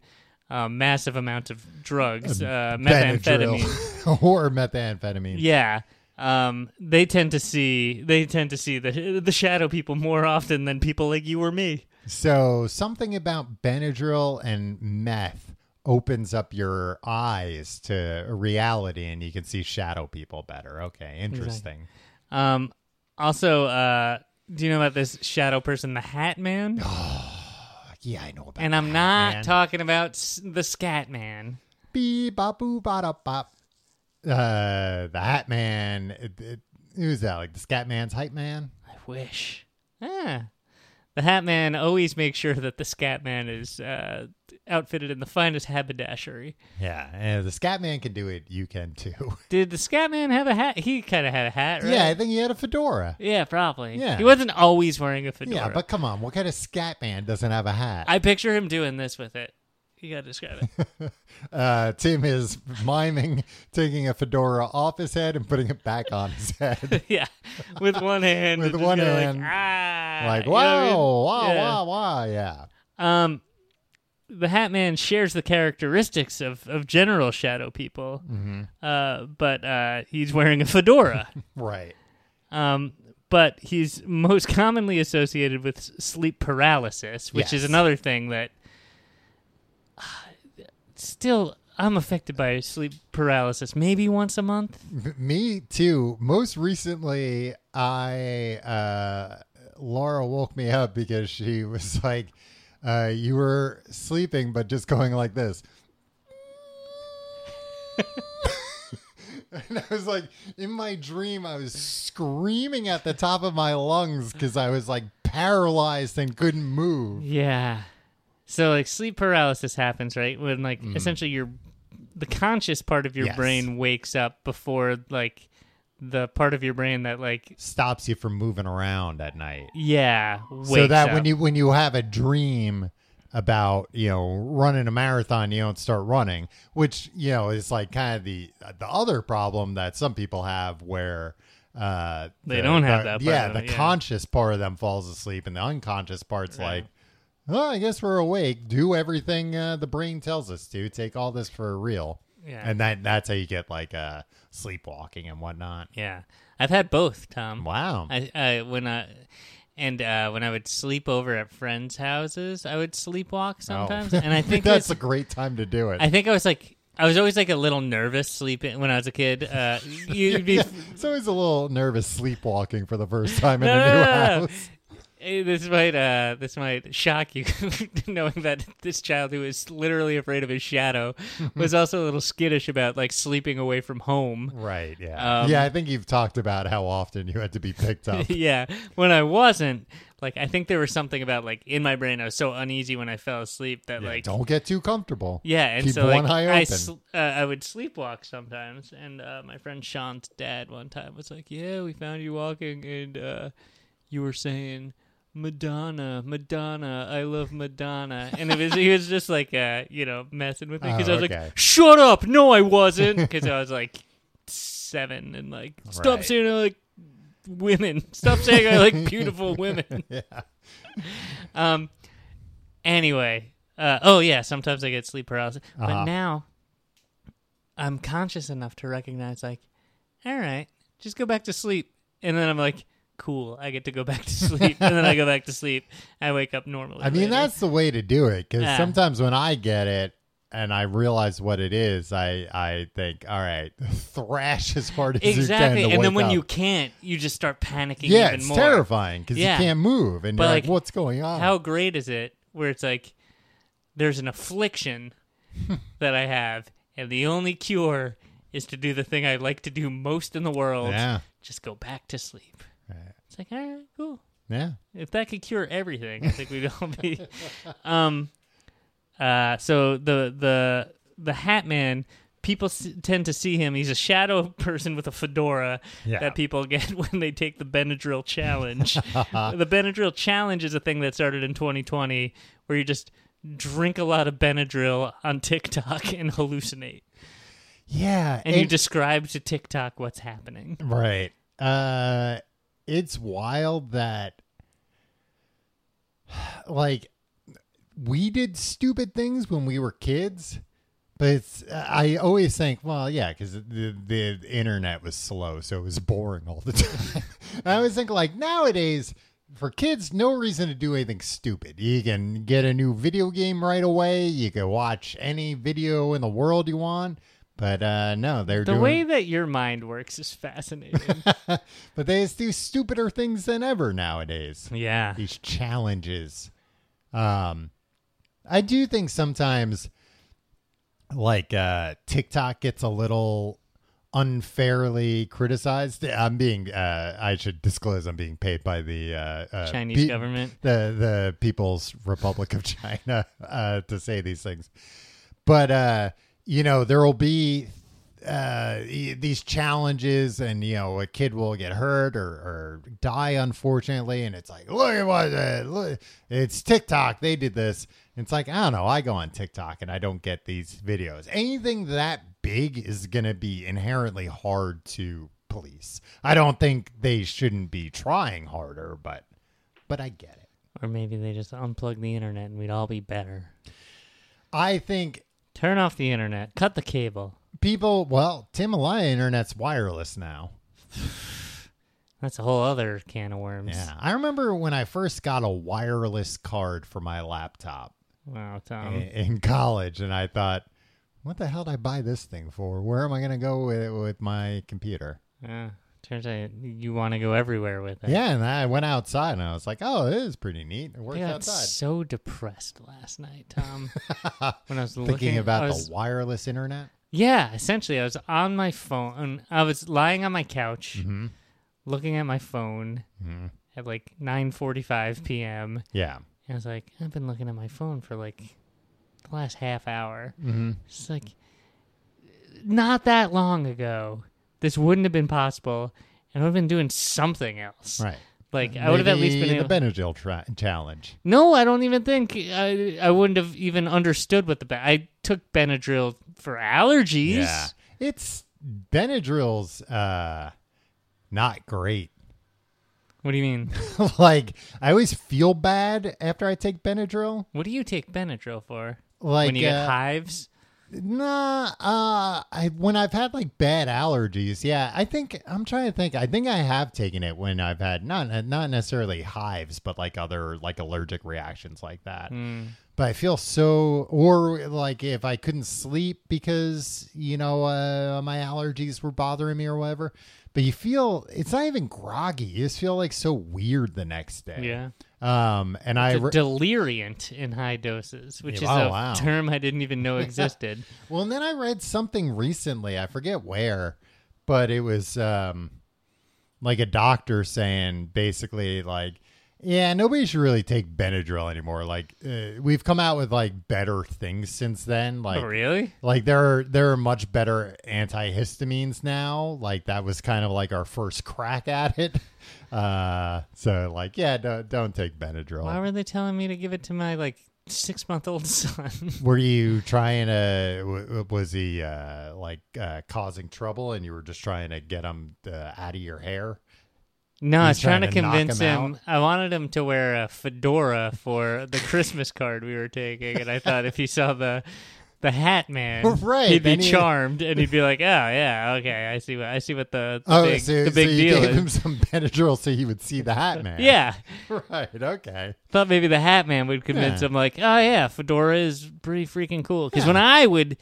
um, massive amounts of drugs, uh, methamphetamine.
Benadryl or methamphetamine.
Yeah. Um, they tend to see they tend to see the the shadow people more often than people like you or me.
So something about Benadryl and meth opens up your eyes to reality, and you can see shadow people better. Okay, interesting.
Um, also, uh, do you know about this shadow person, the Hat Man?
Yeah, I know about.
And I'm
that,
not
Oh, man.
talking about s- the Scat Man.
Beep, bop, boop, bop, bop. Uh, the Hat Man. It, it, who's that? Like the Scat Man's hype man?
I wish. Ah. The Hat Man always makes sure that the Scat Man is uh, outfitted in the finest haberdashery.
Yeah, and if the Scat Man can do it. You can too.
Did the Scat Man have a hat? He kind of had a hat, right?
Yeah, I think he had a fedora.
Yeah, probably.
Yeah.
He wasn't always wearing a fedora.
Yeah, but come on, what kind of Scat Man doesn't have a hat?
I picture him doing this with it. You gotta describe it.
Uh, Tim is miming taking a fedora off his head and putting it back on his head.
yeah, with one hand.
With
just
one
go
hand.
Like, ah,
Like,
You know what I
wow,
mean?
wow,
Yeah.
wow, wow, yeah.
Um, the Hat Man shares the characteristics of, of general shadow people,
Mm-hmm.
uh, but uh, he's wearing a fedora.
Right.
um, but he's most commonly associated with s- sleep paralysis, which is
Yes.
another thing that uh, still I'm affected by sleep paralysis maybe once a month.
M- Me too. Most recently, I uh, Laura woke me up because she was like, uh, "You were sleeping, but just going like this." and I was like, in my dream, I was screaming at the top of my lungs because I was like paralyzed and couldn't move.
Yeah. So like sleep paralysis happens, right? When like essentially your the conscious part of your
Mm-hmm. Yes.
brain wakes up before like the part of your brain that like
Stops you from moving around at night.
yeah wakes
so that
up.
when you when you have a dream about you know running a marathon you don't start running which you know is like kind of the the other problem that some people have where uh
They
the-
don't have
the-
that part
yeah
of
the
it, yeah.
conscious part of them falls asleep and the unconscious part's like oh i guess we're awake do everything uh, the brain tells us to take all this for real
Yeah.
and that that's how you get like uh sleepwalking and whatnot
yeah I've had both Tom
wow
I, I when I and uh, when I would sleep over at friends' houses I would sleepwalk
Oh.
sometimes and I think
that's
it's-
a great time to do it
I think I was like I was always like a little nervous sleeping when I was a kid. Uh, you'd be
It's always a little nervous sleepwalking for the first time in
No,
a
no,
new
no, no.
house.
Eh, This might uh, this might shock you, knowing that this child who is literally afraid of his shadow was also a little skittish about like sleeping away from home.
Right, yeah.
Um,
yeah, I think you've talked about how often you had to be picked up.
yeah, when I wasn't, like I think there was something about like in my brain I was so uneasy when I fell asleep that like
Don't get too comfortable.
yeah, and
Keep
so
one
like
eye
I
open.
sl- uh, I would sleepwalk sometimes, and uh, my friend Sean's dad one time was like, "Yeah, we found you walking, and uh, you were saying." Madonna, Madonna, I love Madonna, and it was he was just like uh, you know messing with me because
Oh,
I was
okay.
like, shut up, no, I wasn't, because I was like seven and like stop
Right.
saying I like women, stop saying I like beautiful women.
Yeah.
Um. Anyway, uh, oh yeah, sometimes I get sleep paralysis,
Uh-huh.
but now I'm conscious enough to recognize, like, all right, just go back to sleep, and then I'm like, cool, I get to go back to sleep, and then I go back to sleep. I wake up normally.
I mean,
later.
that's the way to do it because
Yeah.
sometimes when I get it and I realize what it is, I, I think, all right, thrash as hard as
exactly.
you can. to
And then
wake
when
up.
you can't, you just start panicking
Yeah,
even
it's
more.
terrifying because
Yeah.
you can't move and
But,
you're like,
like,
what's going on?
How great is it where it's like there's an affliction that I have, and the only cure is to do the thing I like to do most in the world
Yeah.
just go back to sleep.
Right.
It's like, all right, cool.
Yeah.
If that could cure everything, I think we'd all be. Um, uh, so the the the Hat Man, people s- tend to see him. He's a shadow person with a fedora
Yeah.
that people get when they take the Benadryl challenge. the Benadryl challenge is a thing that started in 2020, where you just drink a lot of Benadryl on TikTok and hallucinate,
yeah.
and you describe to TikTok what's happening.
Right. Uh it's wild that like we did stupid things when we were kids, but it's I always think, well, yeah, cuz the the internet was slow, so it was boring all the time. And I always think like nowadays for kids, no reason to do anything stupid. You can get a new video game right away. You can watch any video in the world you want. But uh, no, they're
The
doing
way that your mind works is fascinating.
but they just do stupider things than ever nowadays.
yeah.
These challenges. Um, I do think sometimes, like uh, TikTok gets a little unfairly criticized. I'm being. Uh, I should disclose. I'm being paid by the uh, uh,
Chinese
P-
government.
the the People's Republic of China, uh, to say these things. But uh, you know, there will be uh e- these challenges and you know a kid will get hurt or, or die unfortunately and it's like look at what uh, look, it's tiktok they did this And it's like i don't know i go on tiktok and i don't get these videos anything that big is gonna be inherently hard to police i don't think they shouldn't be trying harder but but i get it
Or maybe they just unplug the internet and we'd all be better.
i think
Turn off the internet. Cut the cable.
people well tim internet's wireless now
That's a whole other can of worms.
Yeah, I remember when I first got a wireless card for my laptop
Wow,
i-
Tom.
in, college, and I thought, "What the hell did I buy this thing for? Where am I going to go with with my computer?"
Yeah. Turns out you want to go everywhere with it.
Yeah, and I went outside, and I was like, "Oh, this is pretty neat. It
I
works
got
outside."
so depressed last night, Tom. when I was
Thinking
looking,
about
I was-
the wireless internet.
yeah, essentially, I was on my phone. I was lying on my couch,
Mm-hmm.
looking at my phone at like 9:45 p.m.
Yeah,
And I was like, I've been looking at my phone for like the last half hour. It's like, not that long ago, this wouldn't have been possible, and I would have been doing something else.
right.
Like, I would have at least
Maybe
been able.
the Benadryl tra- challenge.
no, I don't even think I. I wouldn't have even understood what the. Ba- I took Benadryl for allergies.
Yeah, it's Benadryl's uh, not great.
What do you mean?
like I always feel bad after I take Benadryl.
what do you take Benadryl for?
Like
when you get
uh,
hives.
Nah, uh, I when I've had like bad allergies, yeah, I think I'm trying to think. I think I have taken it when I've had not not necessarily hives, but like other like allergic reactions like that.
Hmm.
But I feel so, or like if I couldn't sleep because you know uh, my allergies were bothering me or whatever. But you feel it's not even groggy. You just feel like so weird the next day.
Yeah.
Um, and I
It's a
re-
deliriant in high doses, which
Yeah,
is
wow,
a
wow.
term I didn't even know existed.
Well, and then I read something recently. I forget where, but it was um, like a doctor saying basically like, yeah, nobody should really take Benadryl anymore. Like uh, we've come out with like better things since then. Like
oh, really?
like there are there are much better antihistamines now. Like that was kind of like our first crack at it. Uh, so like yeah, don't, don't take Benadryl.
Why were they telling me to give it to my like six month old son?
Were you trying to? w- w- Was he uh, like uh, causing trouble, and you were just trying to get him uh, out of your hair?
no, I was
He's
trying,
trying
to
to knock
convince
him
him. I wanted him to wear a fedora for the Christmas card we were taking, and I thought if he saw the the Hat Man,
Right,
he'd be
then he-
charmed, and he'd be like, "Oh yeah, okay, I see what I see what the, the big,
Oh, so,
the big
so you
deal
gave
is."
him some Benadryl so he would see the Hat Man.
yeah,
right. Okay.
thought maybe the Hat Man would convince
Yeah.
him, like, oh yeah, fedora is pretty freaking cool. Because when I would,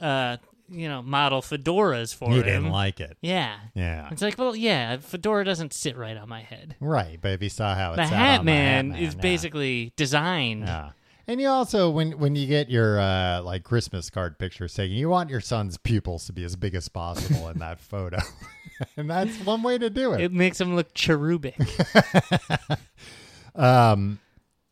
uh, you know, model fedoras for
You
him,
didn't like it.
yeah,
Yeah.
it's like, well, yeah, a fedora doesn't sit right on my head.
Right, but if you saw how it
The
sat
Hat
on
Man
the Hat Man
is
yeah.
basically designed.
Yeah. And you also, when when you get your uh, like Christmas card pictures taken, you want your son's pupils to be as big as possible in that photo. and that's one way to do
It makes them look cherubic.
Um,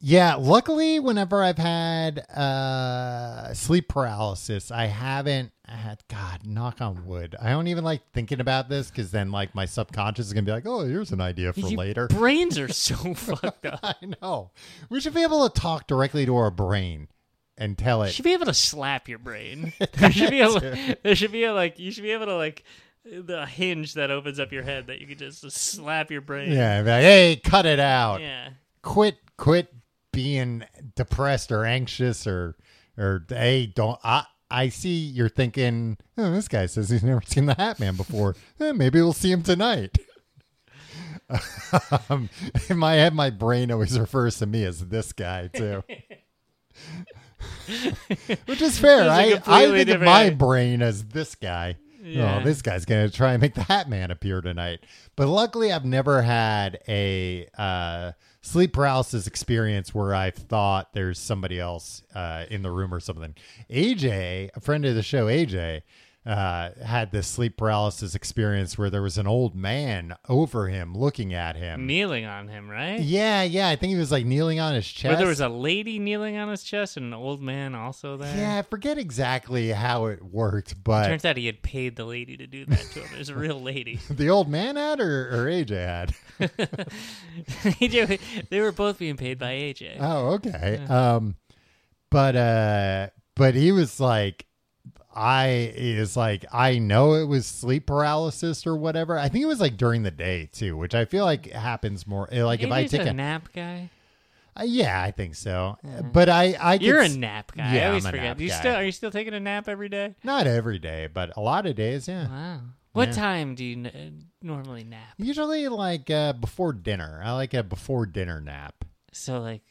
yeah, luckily, whenever I've had uh, sleep paralysis, I haven't had, God, knock on wood. I don't even like thinking about this because then, like, my subconscious is going to be like, oh, here's an idea for
Your
later.
brains are so fucked up.
I know. We should be able to talk directly to our brain and tell
You
it.
should be able to slap your brain. There should be a, there should be a like you should be able to like the hinge that opens up your head that you could just slap your brain.
Yeah, be like, hey, cut it out.
Yeah.
Quit, quit being depressed or anxious or, or hey, don't. I, I see you're thinking, oh, this guy says he's never seen the Hat Man before. Eh, maybe we'll see him tonight. um, in my head, my brain always refers to me as this guy too, which is fair.
That's a
I, I
completely
think of
different-
my brain as this guy.
Yeah.
Oh, this guy's gonna try and make the Hat Man appear tonight. But luckily, I've never had a uh, sleep paralysis experience where I've thought there's somebody else uh, in the room or something. AJ, a friend of the show, AJ. Uh, had this sleep paralysis experience where there was an old man over him looking at him.
Kneeling on him, right?
Yeah, yeah. I think he was like kneeling on his chest.
Where there was a lady kneeling on his chest and an old man also there.
yeah, I forget exactly how it worked, but
Turns out he had paid the lady to do that to him. It was a real lady.
the old man had or, or AJ had?
AJ, they were both being paid by AJ.
Oh, okay. Um, but uh, but he was like, I is like, I know it was sleep paralysis or whatever. I think it was like during the day too, which I feel like happens more. eh, Like if I
AJ's
take
a
a,
nap guy,
uh, yeah, I think so. Uh, But I, I could
you're a
s-
nap guy.
Yeah,
I always
I'm a
forget.
nap
you
guy.
still are you still taking a nap every day?
not every day, but a lot of days, yeah.
Wow. What
Yeah.
time do you n- uh, normally nap?
Usually, like uh, before dinner. I like a before dinner nap,
So like,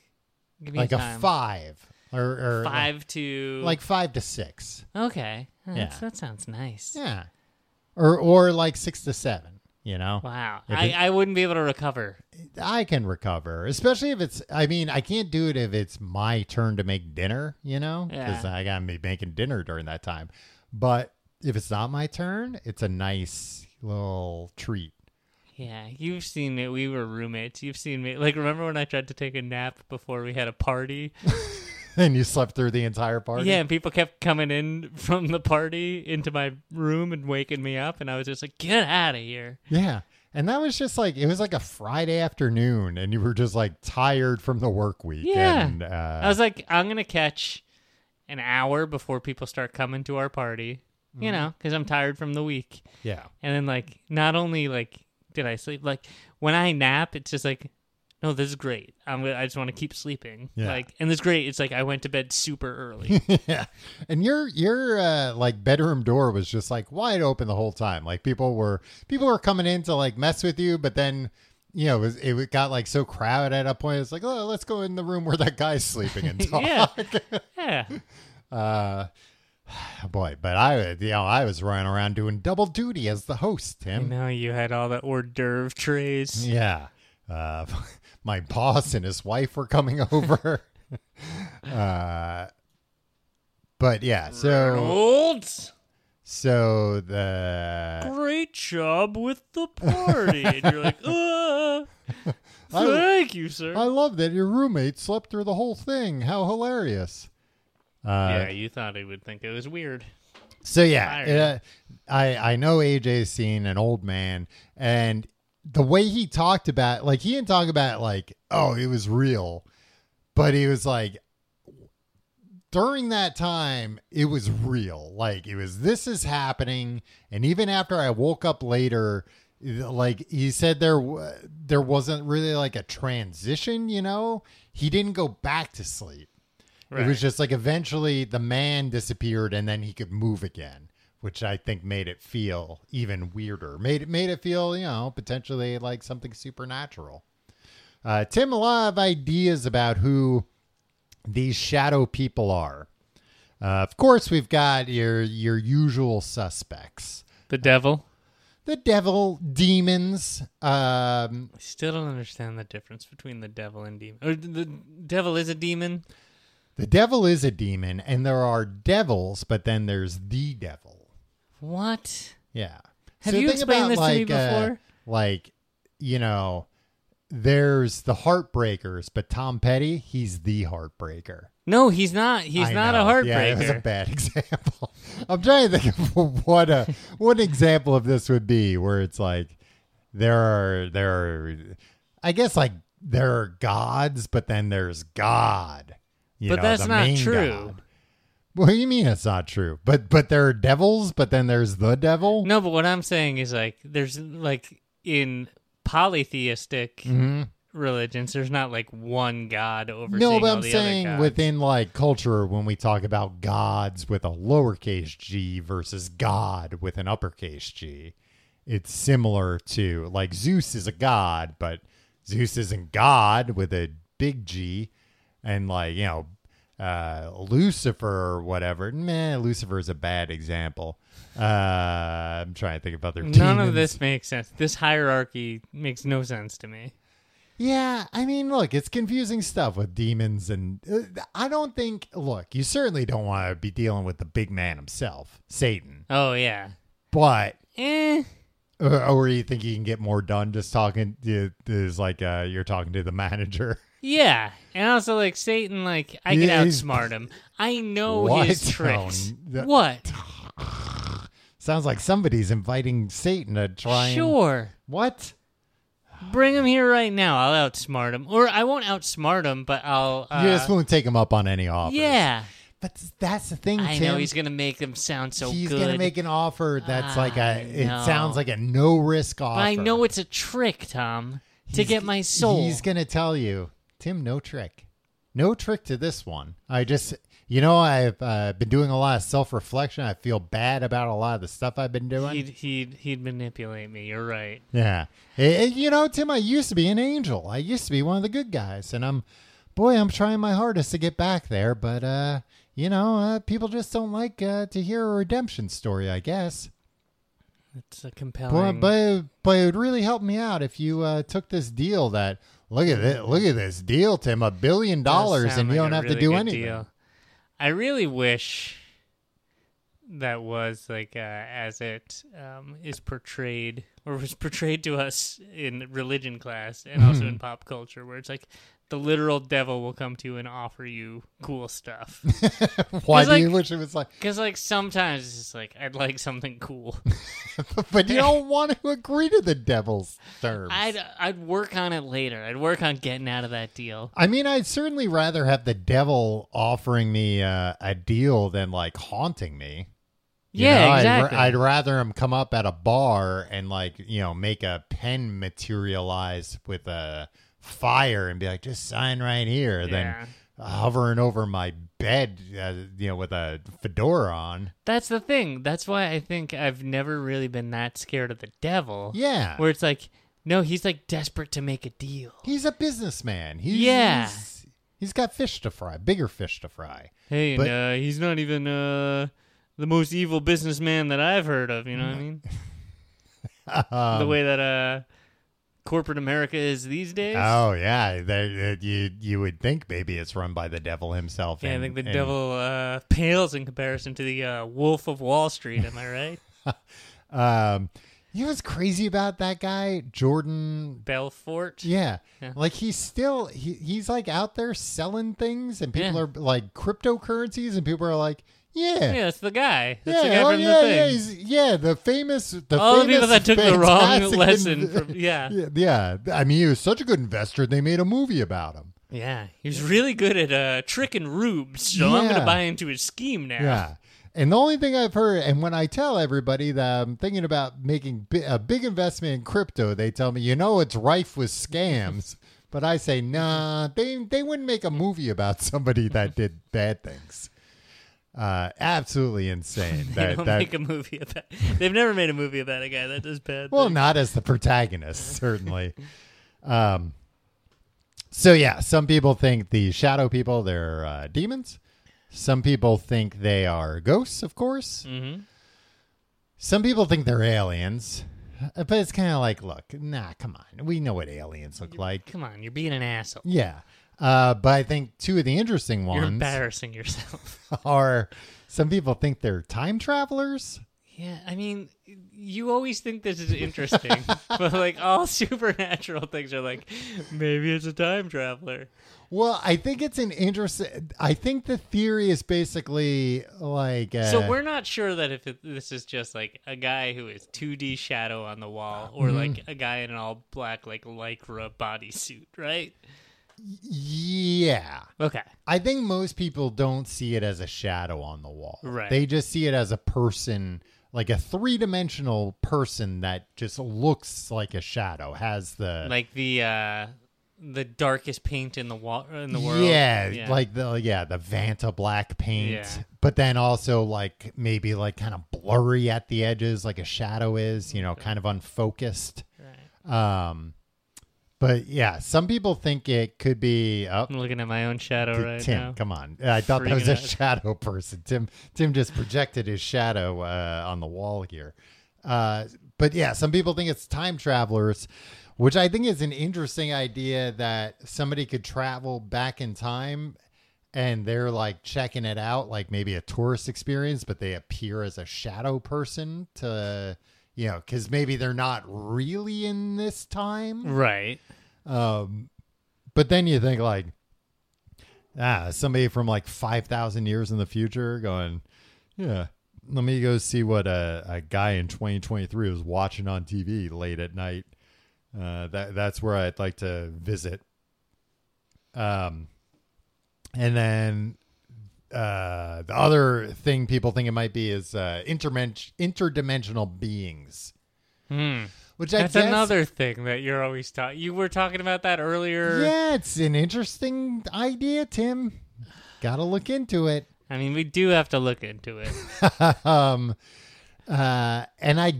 give me
like
a,
a
time.
five or, or
five to
like five to six.
okay. That's-
Yeah.
that sounds nice.
Yeah, or or like six to seven. You know,
Wow,
If
I,
it-
I wouldn't be able to recover.
I can recover, especially if it's. I mean, I can't do it if it's my turn to make dinner. You know, because
Yeah.
I gotta be making dinner during that time. But if it's not my turn, it's a nice little treat.
Yeah, you've seen it. We were roommates. You've seen me. Like, remember when I tried to take a nap before we had a party?
And you slept through the entire party.
Yeah, and people kept coming in from the party into my room and waking me up, and I was just like, "Get out of here!"
Yeah. And that was just like it was like a Friday afternoon and you were just like tired from the work week.
Yeah.
And, uh,
I was like, "I'm gonna catch an hour before people start coming to our party, you
Mm-hmm.
know, because I'm tired from the week."
yeah.
And then like not only like did I sleep like when I nap it's just like no this is great. I'm gonna- I just want to keep sleeping.
Yeah.
Like and this is great it's like I went to bed super early.
yeah. And your your uh, like bedroom door was just like wide open the whole time. Like people were people were coming in to like mess with you, but then you know, it, was, it got like so crowded at a point. It's like, oh, let's go in the room where that guy's sleeping and talk.
yeah. yeah.
uh, boy, but I, you know, I was running around doing double duty as the host,
I
Tim.
know you had all the hors d'oeuvre trays.
Yeah. Uh, my boss and his wife were coming over. uh, but yeah, so
Reynolds,
so the
great job with the party. and you're like, uh,
I-
thank you, sir.
I love that your roommate slept through the whole thing. How hilarious! Uh,
yeah, you thought he would think it was weird.
So yeah,
Fire.
uh, I I know AJ's seen an old man, and the way he talked about, like he didn't talk about like, oh, it was real, but he was like, during that time, it was real. Like it was this is happening, and even after I woke up later. Like he said, there w- there wasn't really like a transition, you know. He didn't go back to sleep. It was just like eventually the man disappeared and then he could move again, which I think made it feel even weirder. Made it made it feel, you know, potentially like something supernatural. Uh, Tim, a lot of ideas about who these shadow people are. Uh, of course, we've got your your usual suspects:
the devil.
the devil, demons, um,
I still don't understand the difference between the devil and demon. Or the the devil is a demon.
the devil is a demon, and there are devils, but then there's the devil.
What?
Yeah.
Have
So
you
think
explained
about,
this to me
like, uh,
before?
like you know there's the heartbreakers but tom petty he's the heartbreaker
no, he's not. He's
I
not
know.
a heartbreaker.
yeah it was a bad example i'm trying to think of what a what an example of this would be where it's like there are there are i guess like there are gods but then there's god you
But
know,
that's
the
not
main
true.
god. what do you mean it's not true but but there are devils but then there's the devil
No, but what I'm saying is like there's like in polytheistic religions, there's not like one god
Mm-hmm.
overseeing
No, but
all
I'm
the
saying
other gods.
within like culture, when we talk about gods with a lowercase g versus God with an uppercase G, it's similar to like Zeus is a god, but Zeus isn't God with a big G, and like you know, uh, Lucifer or whatever. Meh, Lucifer is a bad example. Uh, I'm trying to think of other.
None
demons.
of this makes sense. This hierarchy makes no sense to me.
Yeah, I mean, look, it's confusing stuff with demons, and uh, I don't think. Look, you certainly don't want to be dealing with the big man himself, Satan.
Oh yeah.
But
Eh.
or, or you think you can get more done just talking to is like uh, you're talking to the manager.
Yeah. And also like Satan, like I can
Yeah, he's-
outsmart him. I know
What? Oh,
his tricks.
No, that-
What?
Sounds like somebody's inviting Satan to try. and-
Sure.
What?
Bring him here right now. I'll outsmart him. Or I won't outsmart him, but I'll uh,
you just won't take him up on any offer.
Yeah.
But that's the thing,
I
Tim.
know he's gonna make them sound so
He's
good.
gonna make an offer that's like
I
a. It
know.
sounds like a no risk offer.
But I know it's a trick, Tom, to
He's-
get my soul.
He's gonna tell you, Tim, no trick, no trick to this one. I just, you know, I've uh, been doing a lot of self reflection. I feel bad about a lot of the stuff I've been doing.
he'd, he'd he'd manipulate me. You're right.
yeah, Eh, eh, you know, Tim, I used to be an angel. I used to be one of the good guys, and I'm, boy, I'm trying my hardest to get back there. But uh, you know, uh, people just don't like uh, to hear a redemption story, I guess.
It's a compelling.
Boy, but but it would really help me out if you uh, took this deal. That look at this, look at this deal, Tim, a billion
does
dollars,
sound
and you
like
don't
a
have
really
to do
good
anything.
deal. I really wish that was like uh, as it um, is portrayed or was portrayed to us in religion class and also
Mm-hmm.
in pop culture, where it's like the literal devil will come to you and offer you cool stuff.
Why
It's
do you
like-
wish it was like?
Because like sometimes it's just like I'd like something cool.
But you don't want to agree to the devil's terms.
I'd I'd work on it later. I'd work on getting out of that deal.
I mean, I'd certainly rather have the devil offering me uh, a deal than like haunting me. You
yeah,
know, I'd ra-
exactly.
I'd, rather him come up at a bar and like you know make a pen materialize with a fire and be like, just sign right here,
Yeah.
than hovering over my bed, uh, you know, with a fedora on.
That's the thing. That's why I think I've never really been that scared of the devil.
Yeah,
Where it's like, no, he's like desperate to make a deal.
he's a businessman. He's,
Yeah.
he's- he's got fish to fry, bigger fish to fry.
Hey,
But-
and, uh, he's not even uh, the most evil businessman that I've heard of. You know what I mean? the way that uh, corporate America is these days.
Oh yeah, that- that you you would think maybe it's run by the devil himself.
Yeah, I
and-
think the
and-
devil uh, pales in comparison to the uh, Wolf of Wall Street. Am I right?
Um, you know what's crazy about that guy, Jordan
Belfort.
Yeah.
Yeah.
Like he's still he, he's like out there selling things and people
Yeah.
are like cryptocurrencies and people are like, Yeah.
Yeah, that's the guy. That's
Yeah,
the guy
oh,
from
yeah,
the thing.
yeah, he's, yeah. The famous, the
All the
famous
people that took the wrong
fantastic
lesson
inv-
from yeah.
yeah, yeah. I mean, he was such a good investor. They made a movie about him.
Yeah, he was really good at uh, tricking rubes, so I'm going
Yeah.
to buy into his scheme now.
Yeah. And the only thing I've heard, and when I tell everybody that I'm thinking about making bi- a big investment in crypto, they tell me, you know, it's rife with scams. But I say, nah, they, they wouldn't make a movie about somebody that did bad things. Uh, absolutely insane.
They
That,
don't
that,
make a movie about. They've never made a movie about a guy that does bad.
well,
things.
not as the protagonist, certainly. um, so, yeah, some people think the shadow people, they're uh, demons. Some people think they are ghosts, of course.
Mhm.
Some people think they're aliens, Uh, but it's kind of like, look, nah, come on. We know what aliens look like.
Come on, you're being an asshole.
Yeah. Uh, but I think two of the interesting
You're
ones
embarrassing yourself.
are some people think they're time travelers.
Yeah, I mean, you always think this is interesting, but like all supernatural things are like, maybe it's a time traveler.
Well, I think it's an interesting. I think the theory is basically like. Uh,
So we're not sure that if it, this is just like a guy who is 2D shadow on the wall, or like a guy in an all black like lycra bodysuit, right?
Yeah.
Okay,
I think most people don't see it as a shadow on the wall.
Right.
They just see it as a person, like a three dimensional person that just looks like a shadow, has the.
like the uh the darkest paint in the wall in the world.
Yeah, like the yeah, the Vanta black paint.
Yeah.
But then also like maybe like kind of blurry at the edges like a shadow is, you know, kind of unfocused.
Right.
Um but yeah, some people think it could be oh,
I'm looking at my own shadow
T-
right
Tim,
now.
come on. I thought that was a
Freaking out.
shadow person. Tim Tim just projected his shadow uh, on the wall here. Uh, but yeah, some people think it's time travelers, which I think is an interesting idea that somebody could travel back in time and they're like checking it out, like maybe a tourist experience, but they appear as a shadow person to, you know, because maybe they're not really in this time.
Right.
Um, but then you think like, ah, somebody from like five thousand years in the future going, yeah, let me go see what a, a guy in twenty twenty three was watching on TV late at night. Uh, that that's where I'd like to visit. Um, and then uh, the other thing people think it might be is uh, intermen- interdimensional beings,
Hmm.
which
That's
I guess
another thing that you're always taught. You were talking about that earlier.
Yeah, it's an interesting idea, Tim. Got to look into it.
I mean, we do have to look into it.
um, uh, and I,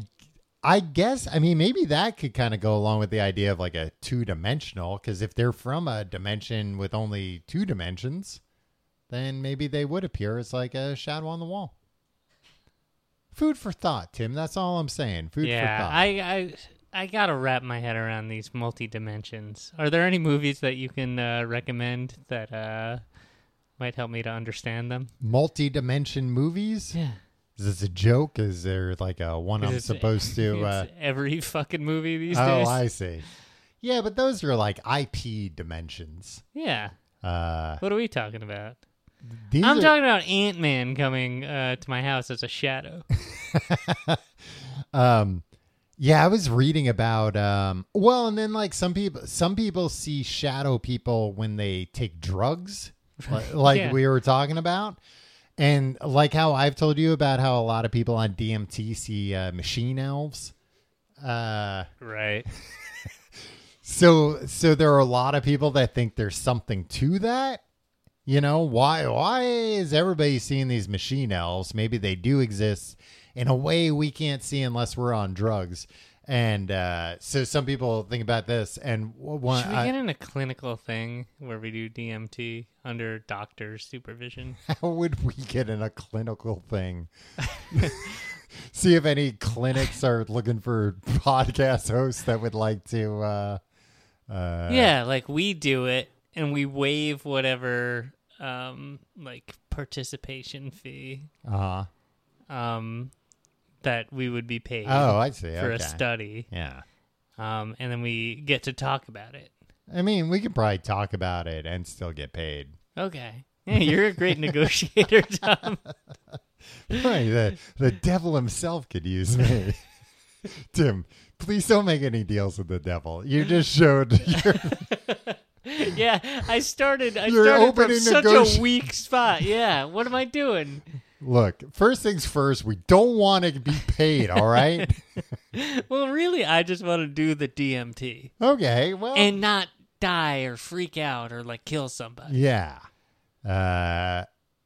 I guess, I mean, maybe that could kind of go along with the idea of like a two dimensional, because if they're from a dimension with only two dimensions, then maybe they would appear as like a shadow on the wall. Food for thought, Tim. That's all I'm saying. Food for
yeah,
thought.
I, I, I gotta wrap my head around these multi dimensions. Are there any movies that you can uh, recommend that uh, might help me to understand them?
Multi dimension movies.
Yeah,
Is this a joke? Is there like a one I'm
It's-
supposed to? Uh,
it's every fucking movie these
oh,
days.
I see. Yeah, but those are like IP dimensions.
Yeah.
Uh,
What are we talking about?
these
I'm
are-
talking about Ant Man coming uh, to my house as a shadow.
Um, yeah, I was reading about. Um, well, and then like some people, some people see shadow people when they take drugs, li- like
Yeah.
we were talking about, and like how I've told you about how a lot of people on DMT see uh, machine elves. Uh,
right.
So so there are a lot of people that think there's something to that. You know, why why is everybody seeing these machine elves? Maybe they do exist in a way we can't see unless we're on drugs. And uh, so some people think about this and w- one
Should we
I-
get in a clinical thing where we do DMT under doctor's supervision?
how would we get in a clinical thing? see if any clinics are looking for podcast hosts that would like to uh, uh,
yeah, like we do it and we waive whatever um like participation fee
uh-huh.
um that we would be paid
Oh, I see.
for a
Okay.
study.
Yeah.
Um and then we get to talk about it.
I mean, we could probably talk about it and still get paid.
Okay. Yeah, you're a great negotiator, Tom.
Right, the, the devil himself could use me. Tim, please don't make any deals with the devil. You just showed your,
yeah, I started I
You're
started from
opening
such
negoti-
a weak spot. Yeah, what am I doing?
look. First things first, we don't want to be paid. All right.
Well, really, I just want to do the DMT
Okay. Well.
and not die or freak out or like kill somebody
yeah. Uh,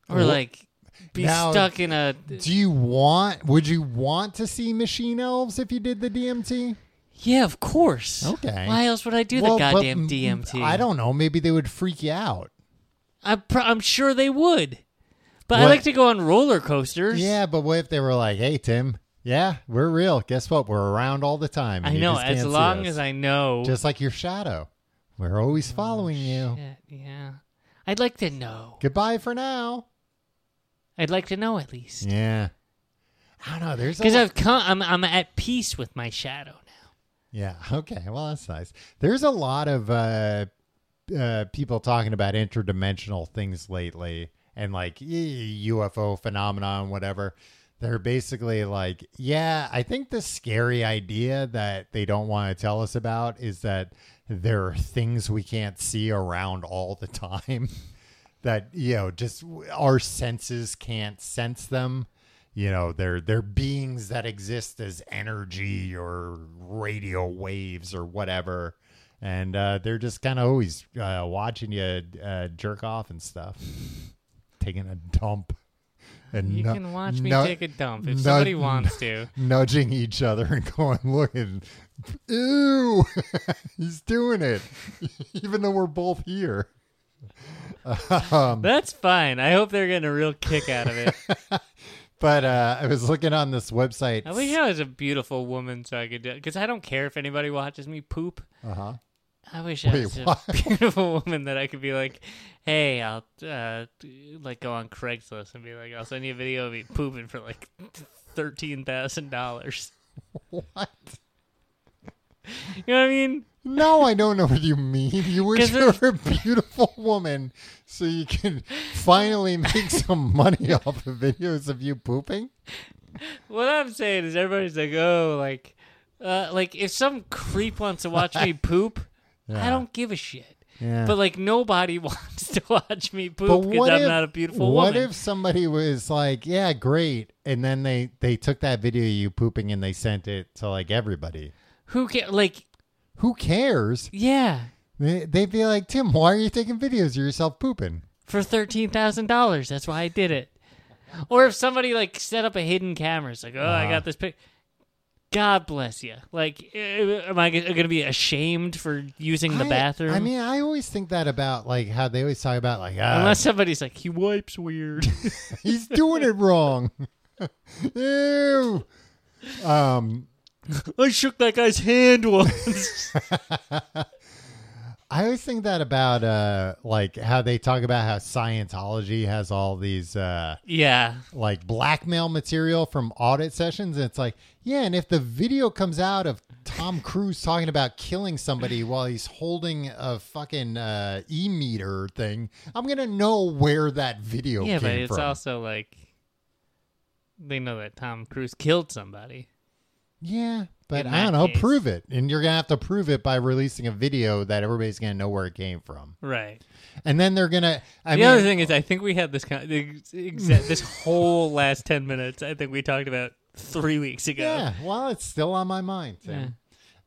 or
wh-
like be
Now-
stuck in a.
do you want? Would you want to see machine elves if you did the DMT?
Yeah, of course.
Okay.
Why else would I do
Well,
the
but
goddamn
m-
DMT?
I don't know. Maybe they would freak you out.
I'm, pro- I'm sure they would, but I
What-
like to go on roller coasters.
Yeah, but what if they were like, "Hey, Tim, yeah, we're real. Guess what? We're around all the time." and
I
you
know.
just
As
can't see
long
us.
as I Oh, know.
just like your shadow, we're always following you.
Yeah, yeah. I'd like to know.
Goodbye for now.
I'd like to know at least.
Yeah, I don't know. There's a
Because
lot-
I've come, I'm I'm at peace with my shadow now.
Yeah. Okay. Well, that's nice. There's a lot of uh, uh, people talking about interdimensional things lately and like y- UFO phenomenon, whatever. They're basically like, yeah, I think the scary idea that they don't want to tell us about is that there are things we can't see around all the time. that you know just w- our senses can't sense them you know they're they're beings that exist as energy or radio waves or whatever and uh, they're just kind of always uh, watching you uh, jerk off and stuff taking a dump and
You
nu-
can watch me
nu-
take a dump if
nu-
somebody wants to.
nudging each other and going look and ew he's doing it even though we're both here Um,
That's fine. I hope they're getting a real kick out of it.
but uh, i was looking on this website
I wish I was a beautiful woman so I could do because I don't care if anybody watches me poop.
uh-huh
I wish I
Wait,
was
what?
a beautiful woman that I could be like, hey, I'll uh, like go on Craigslist and be like, I'll send you a video of me pooping for like thirteen thousand dollars.
what
You know what I mean?
No, I don't know what you mean. You wish
'Cause
you were a beautiful woman so you can finally make some money off of videos of you pooping.
What I'm saying is everybody's like, oh, like, uh, like if some creep wants to watch me poop, I
Yeah.
don't give a shit.
Yeah.
But like nobody wants to watch me
But
poop because
what
I'm
if-
not a beautiful
what
woman.
if somebody was like, "Yeah, great," and then they they took that video of you pooping and they sent it to like everybody?
Who can like?
Who cares?
Yeah,
They, they'd be like, "Tim, why are you taking videos of yourself pooping?"
for thirteen thousand dollars. That's why I did it. Or if somebody like set up a hidden camera, it's like, oh, I
Uh-huh.
got this pic. God bless you. Like, eh, am I going to be ashamed for using the
I-
bathroom?
I mean, I always think that about like how they always talk about like, ah,
unless somebody's like, he wipes weird.
He's doing it wrong. Ew. Um,
I shook that guy's hand once.
I always think that about uh, like how they talk about how Scientology has all these uh,
yeah.
like blackmail material from audit sessions. And it's like, yeah, and if the video comes out of Tom Cruise talking about killing somebody while he's holding a fucking uh, e meter thing, I'm gonna know where that video
yeah, but
came
it's
from.
also like they know that Tom Cruise killed somebody.
Yeah, but
in
I don't
that
know.
case.
Prove it, and you're gonna have to prove it by releasing a video that everybody's gonna know where it came from,
Right.
and then they're gonna. I
the
mean,
other thing is, I think we had this con- the ex- exact this whole last ten minutes. I think we talked about three weeks ago.
yeah. Well, it's still on my mind. Tim.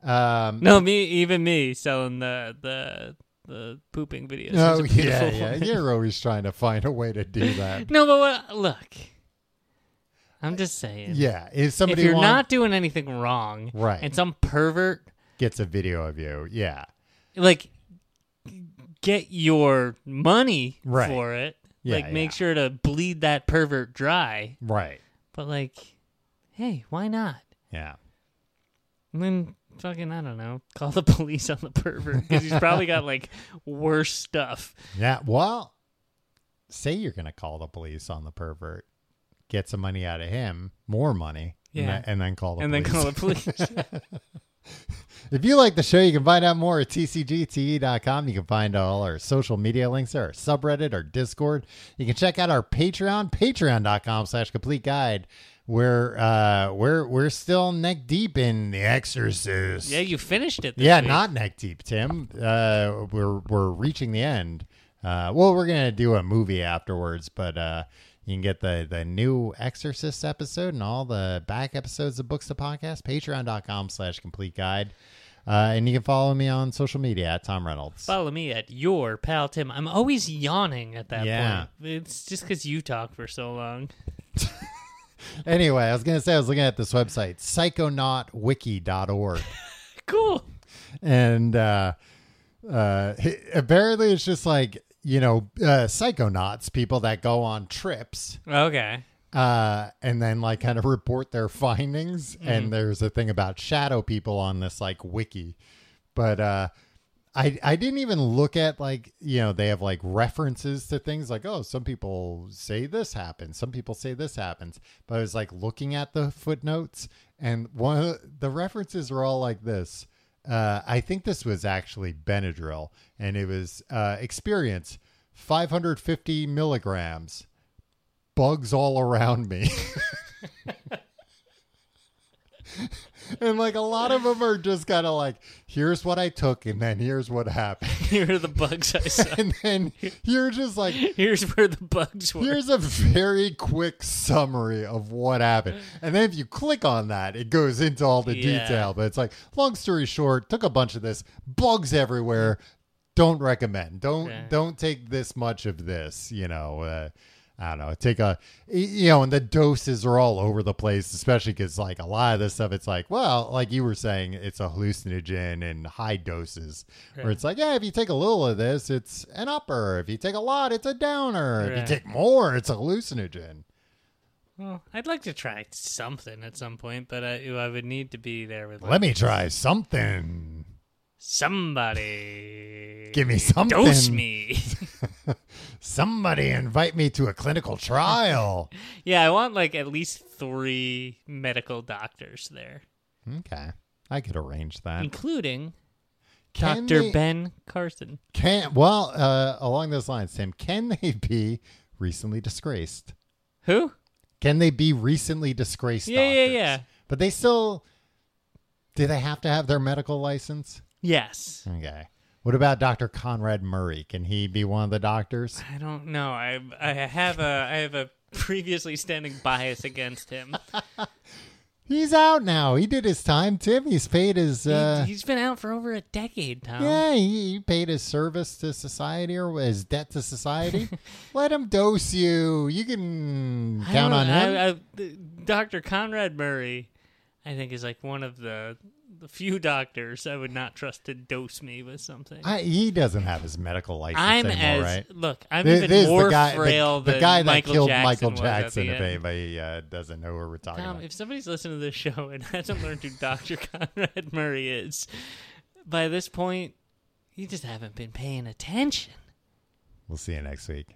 Um,
No, me, even me, selling the the the pooping videos.
no,
It's a
oh, yeah,
beautiful
yeah.
woman.
You're always trying to find a way to do that.
No, but what, look, I'm just saying.
yeah, if
If
somebody
you're
want-
not doing anything wrong,
Right.
and some pervert
gets a video of you, yeah,
like get your money
Right.
for it.
Yeah,
like make
yeah.
sure to bleed that pervert dry.
right,
But like, hey, why not?
yeah.
And then fucking I don't know, call the police on the pervert because he's probably got like worse stuff.
Yeah. Well, say you're going to call the police on the pervert, get some money out of him, more money, and,
Yeah.
then, and then call the
and
police.
then call the police.
If you like the show, you can find out more at tcgte.com. E You can find all our social media links there, our subreddit, our Discord. You can check out our Patreon, patreon.com slash complete guide, where uh, we're, we're still neck deep in The Exorcist.
yeah, you finished it. This
Yeah,
week.
not neck deep, Tim. Uh, we're we're reaching the end. Uh, well, we're gonna do a movie afterwards, but uh, you can get the the new Exorcist episode and all the back episodes of Books to Podcast. Patreon.com/slash Complete Guide, uh, and you can follow me on social media at Tom Reynolds.
Follow me at your pal Tim. I'm always yawning at that
Yeah.
point. It's just because you talk for so long.
Anyway, I was gonna say I was looking at this website, psychonautwiki.org.
Cool.
and uh, uh, apparently it's just like you know uh, psychonauts, people that go on trips.
Okay.
uh, and then like kind of report their findings. And there's a thing about shadow people on this like wiki, but uh, I I didn't even look at like you know they have like references to things like oh some people say this happens some people say this happens but I was like looking at the footnotes and one of the, the references were all like this uh, I think this was actually Benadryl and it was uh, experience 550 milligrams bugs all around me. and like a lot of them are just kind of like here's what i took and then here's what happened
Here are the bugs I saw.
and then you're just like
Here's where the bugs were.
here's a very quick summary of what happened and then if you click on that it goes into all the
Yeah.
detail but it's like long story short took a bunch of this bugs everywhere don't recommend don't
Yeah.
don't take this much of this you know uh, I don't know. Take a, y- you know, and the doses are all over the place, especially because, like, a lot of this stuff, it's like, well, like you were saying, it's a hallucinogen in high doses, where
Right.
it's like, yeah, if you take a little of this, it's an upper. If you take a lot, it's a downer. If
Right.
you take more, it's a hallucinogen.
Well, I'd like to try something at some point, but I, I would need to be there with like,
Let me try something.
somebody.
Give me something.
Dose me.
Somebody invite me to a clinical trial.
yeah, I want like at least three medical doctors there,
okay. I could arrange that.
including
Can
Dr.
they-
Ben Carson.
Can well uh, along those lines, Tim. Can they be recently disgraced?
Who?
Can they be recently disgraced?
Yeah, yeah,
doctors?
yeah.
But they still. Do they have to have their medical license?
Yes.
Okay. What about Dr. Conrad Murray? Can he be one of the doctors?
I don't know. I I have a I have a previously standing bias against him.
He's out now. He did his time, Tim. He's paid his. Uh,
he, has been out for over a decade, Tom.
yeah, he, he paid his service to society or his debt to society. Let him dose you. You can
I
count
don't-
on him.
I, I, th- Dr. Conrad Murray, I think, is like one of the, the few doctors I would not trust to dose me with something.
I, he doesn't have his medical license
I'm
anymore,
as
right?
look. I'm
Th-
even
this is
more
the guy, the-
frail
the,
than
guy that
Michael
killed
Jackson
Michael
was at
Jackson.
the
If
end.
anybody uh, doesn't know who we're talking
Tom,
about,
if somebody's listening to this show and hasn't learned who Dr. Conrad Murray is, by this point, you just haven't been paying attention.
we'll see you next week.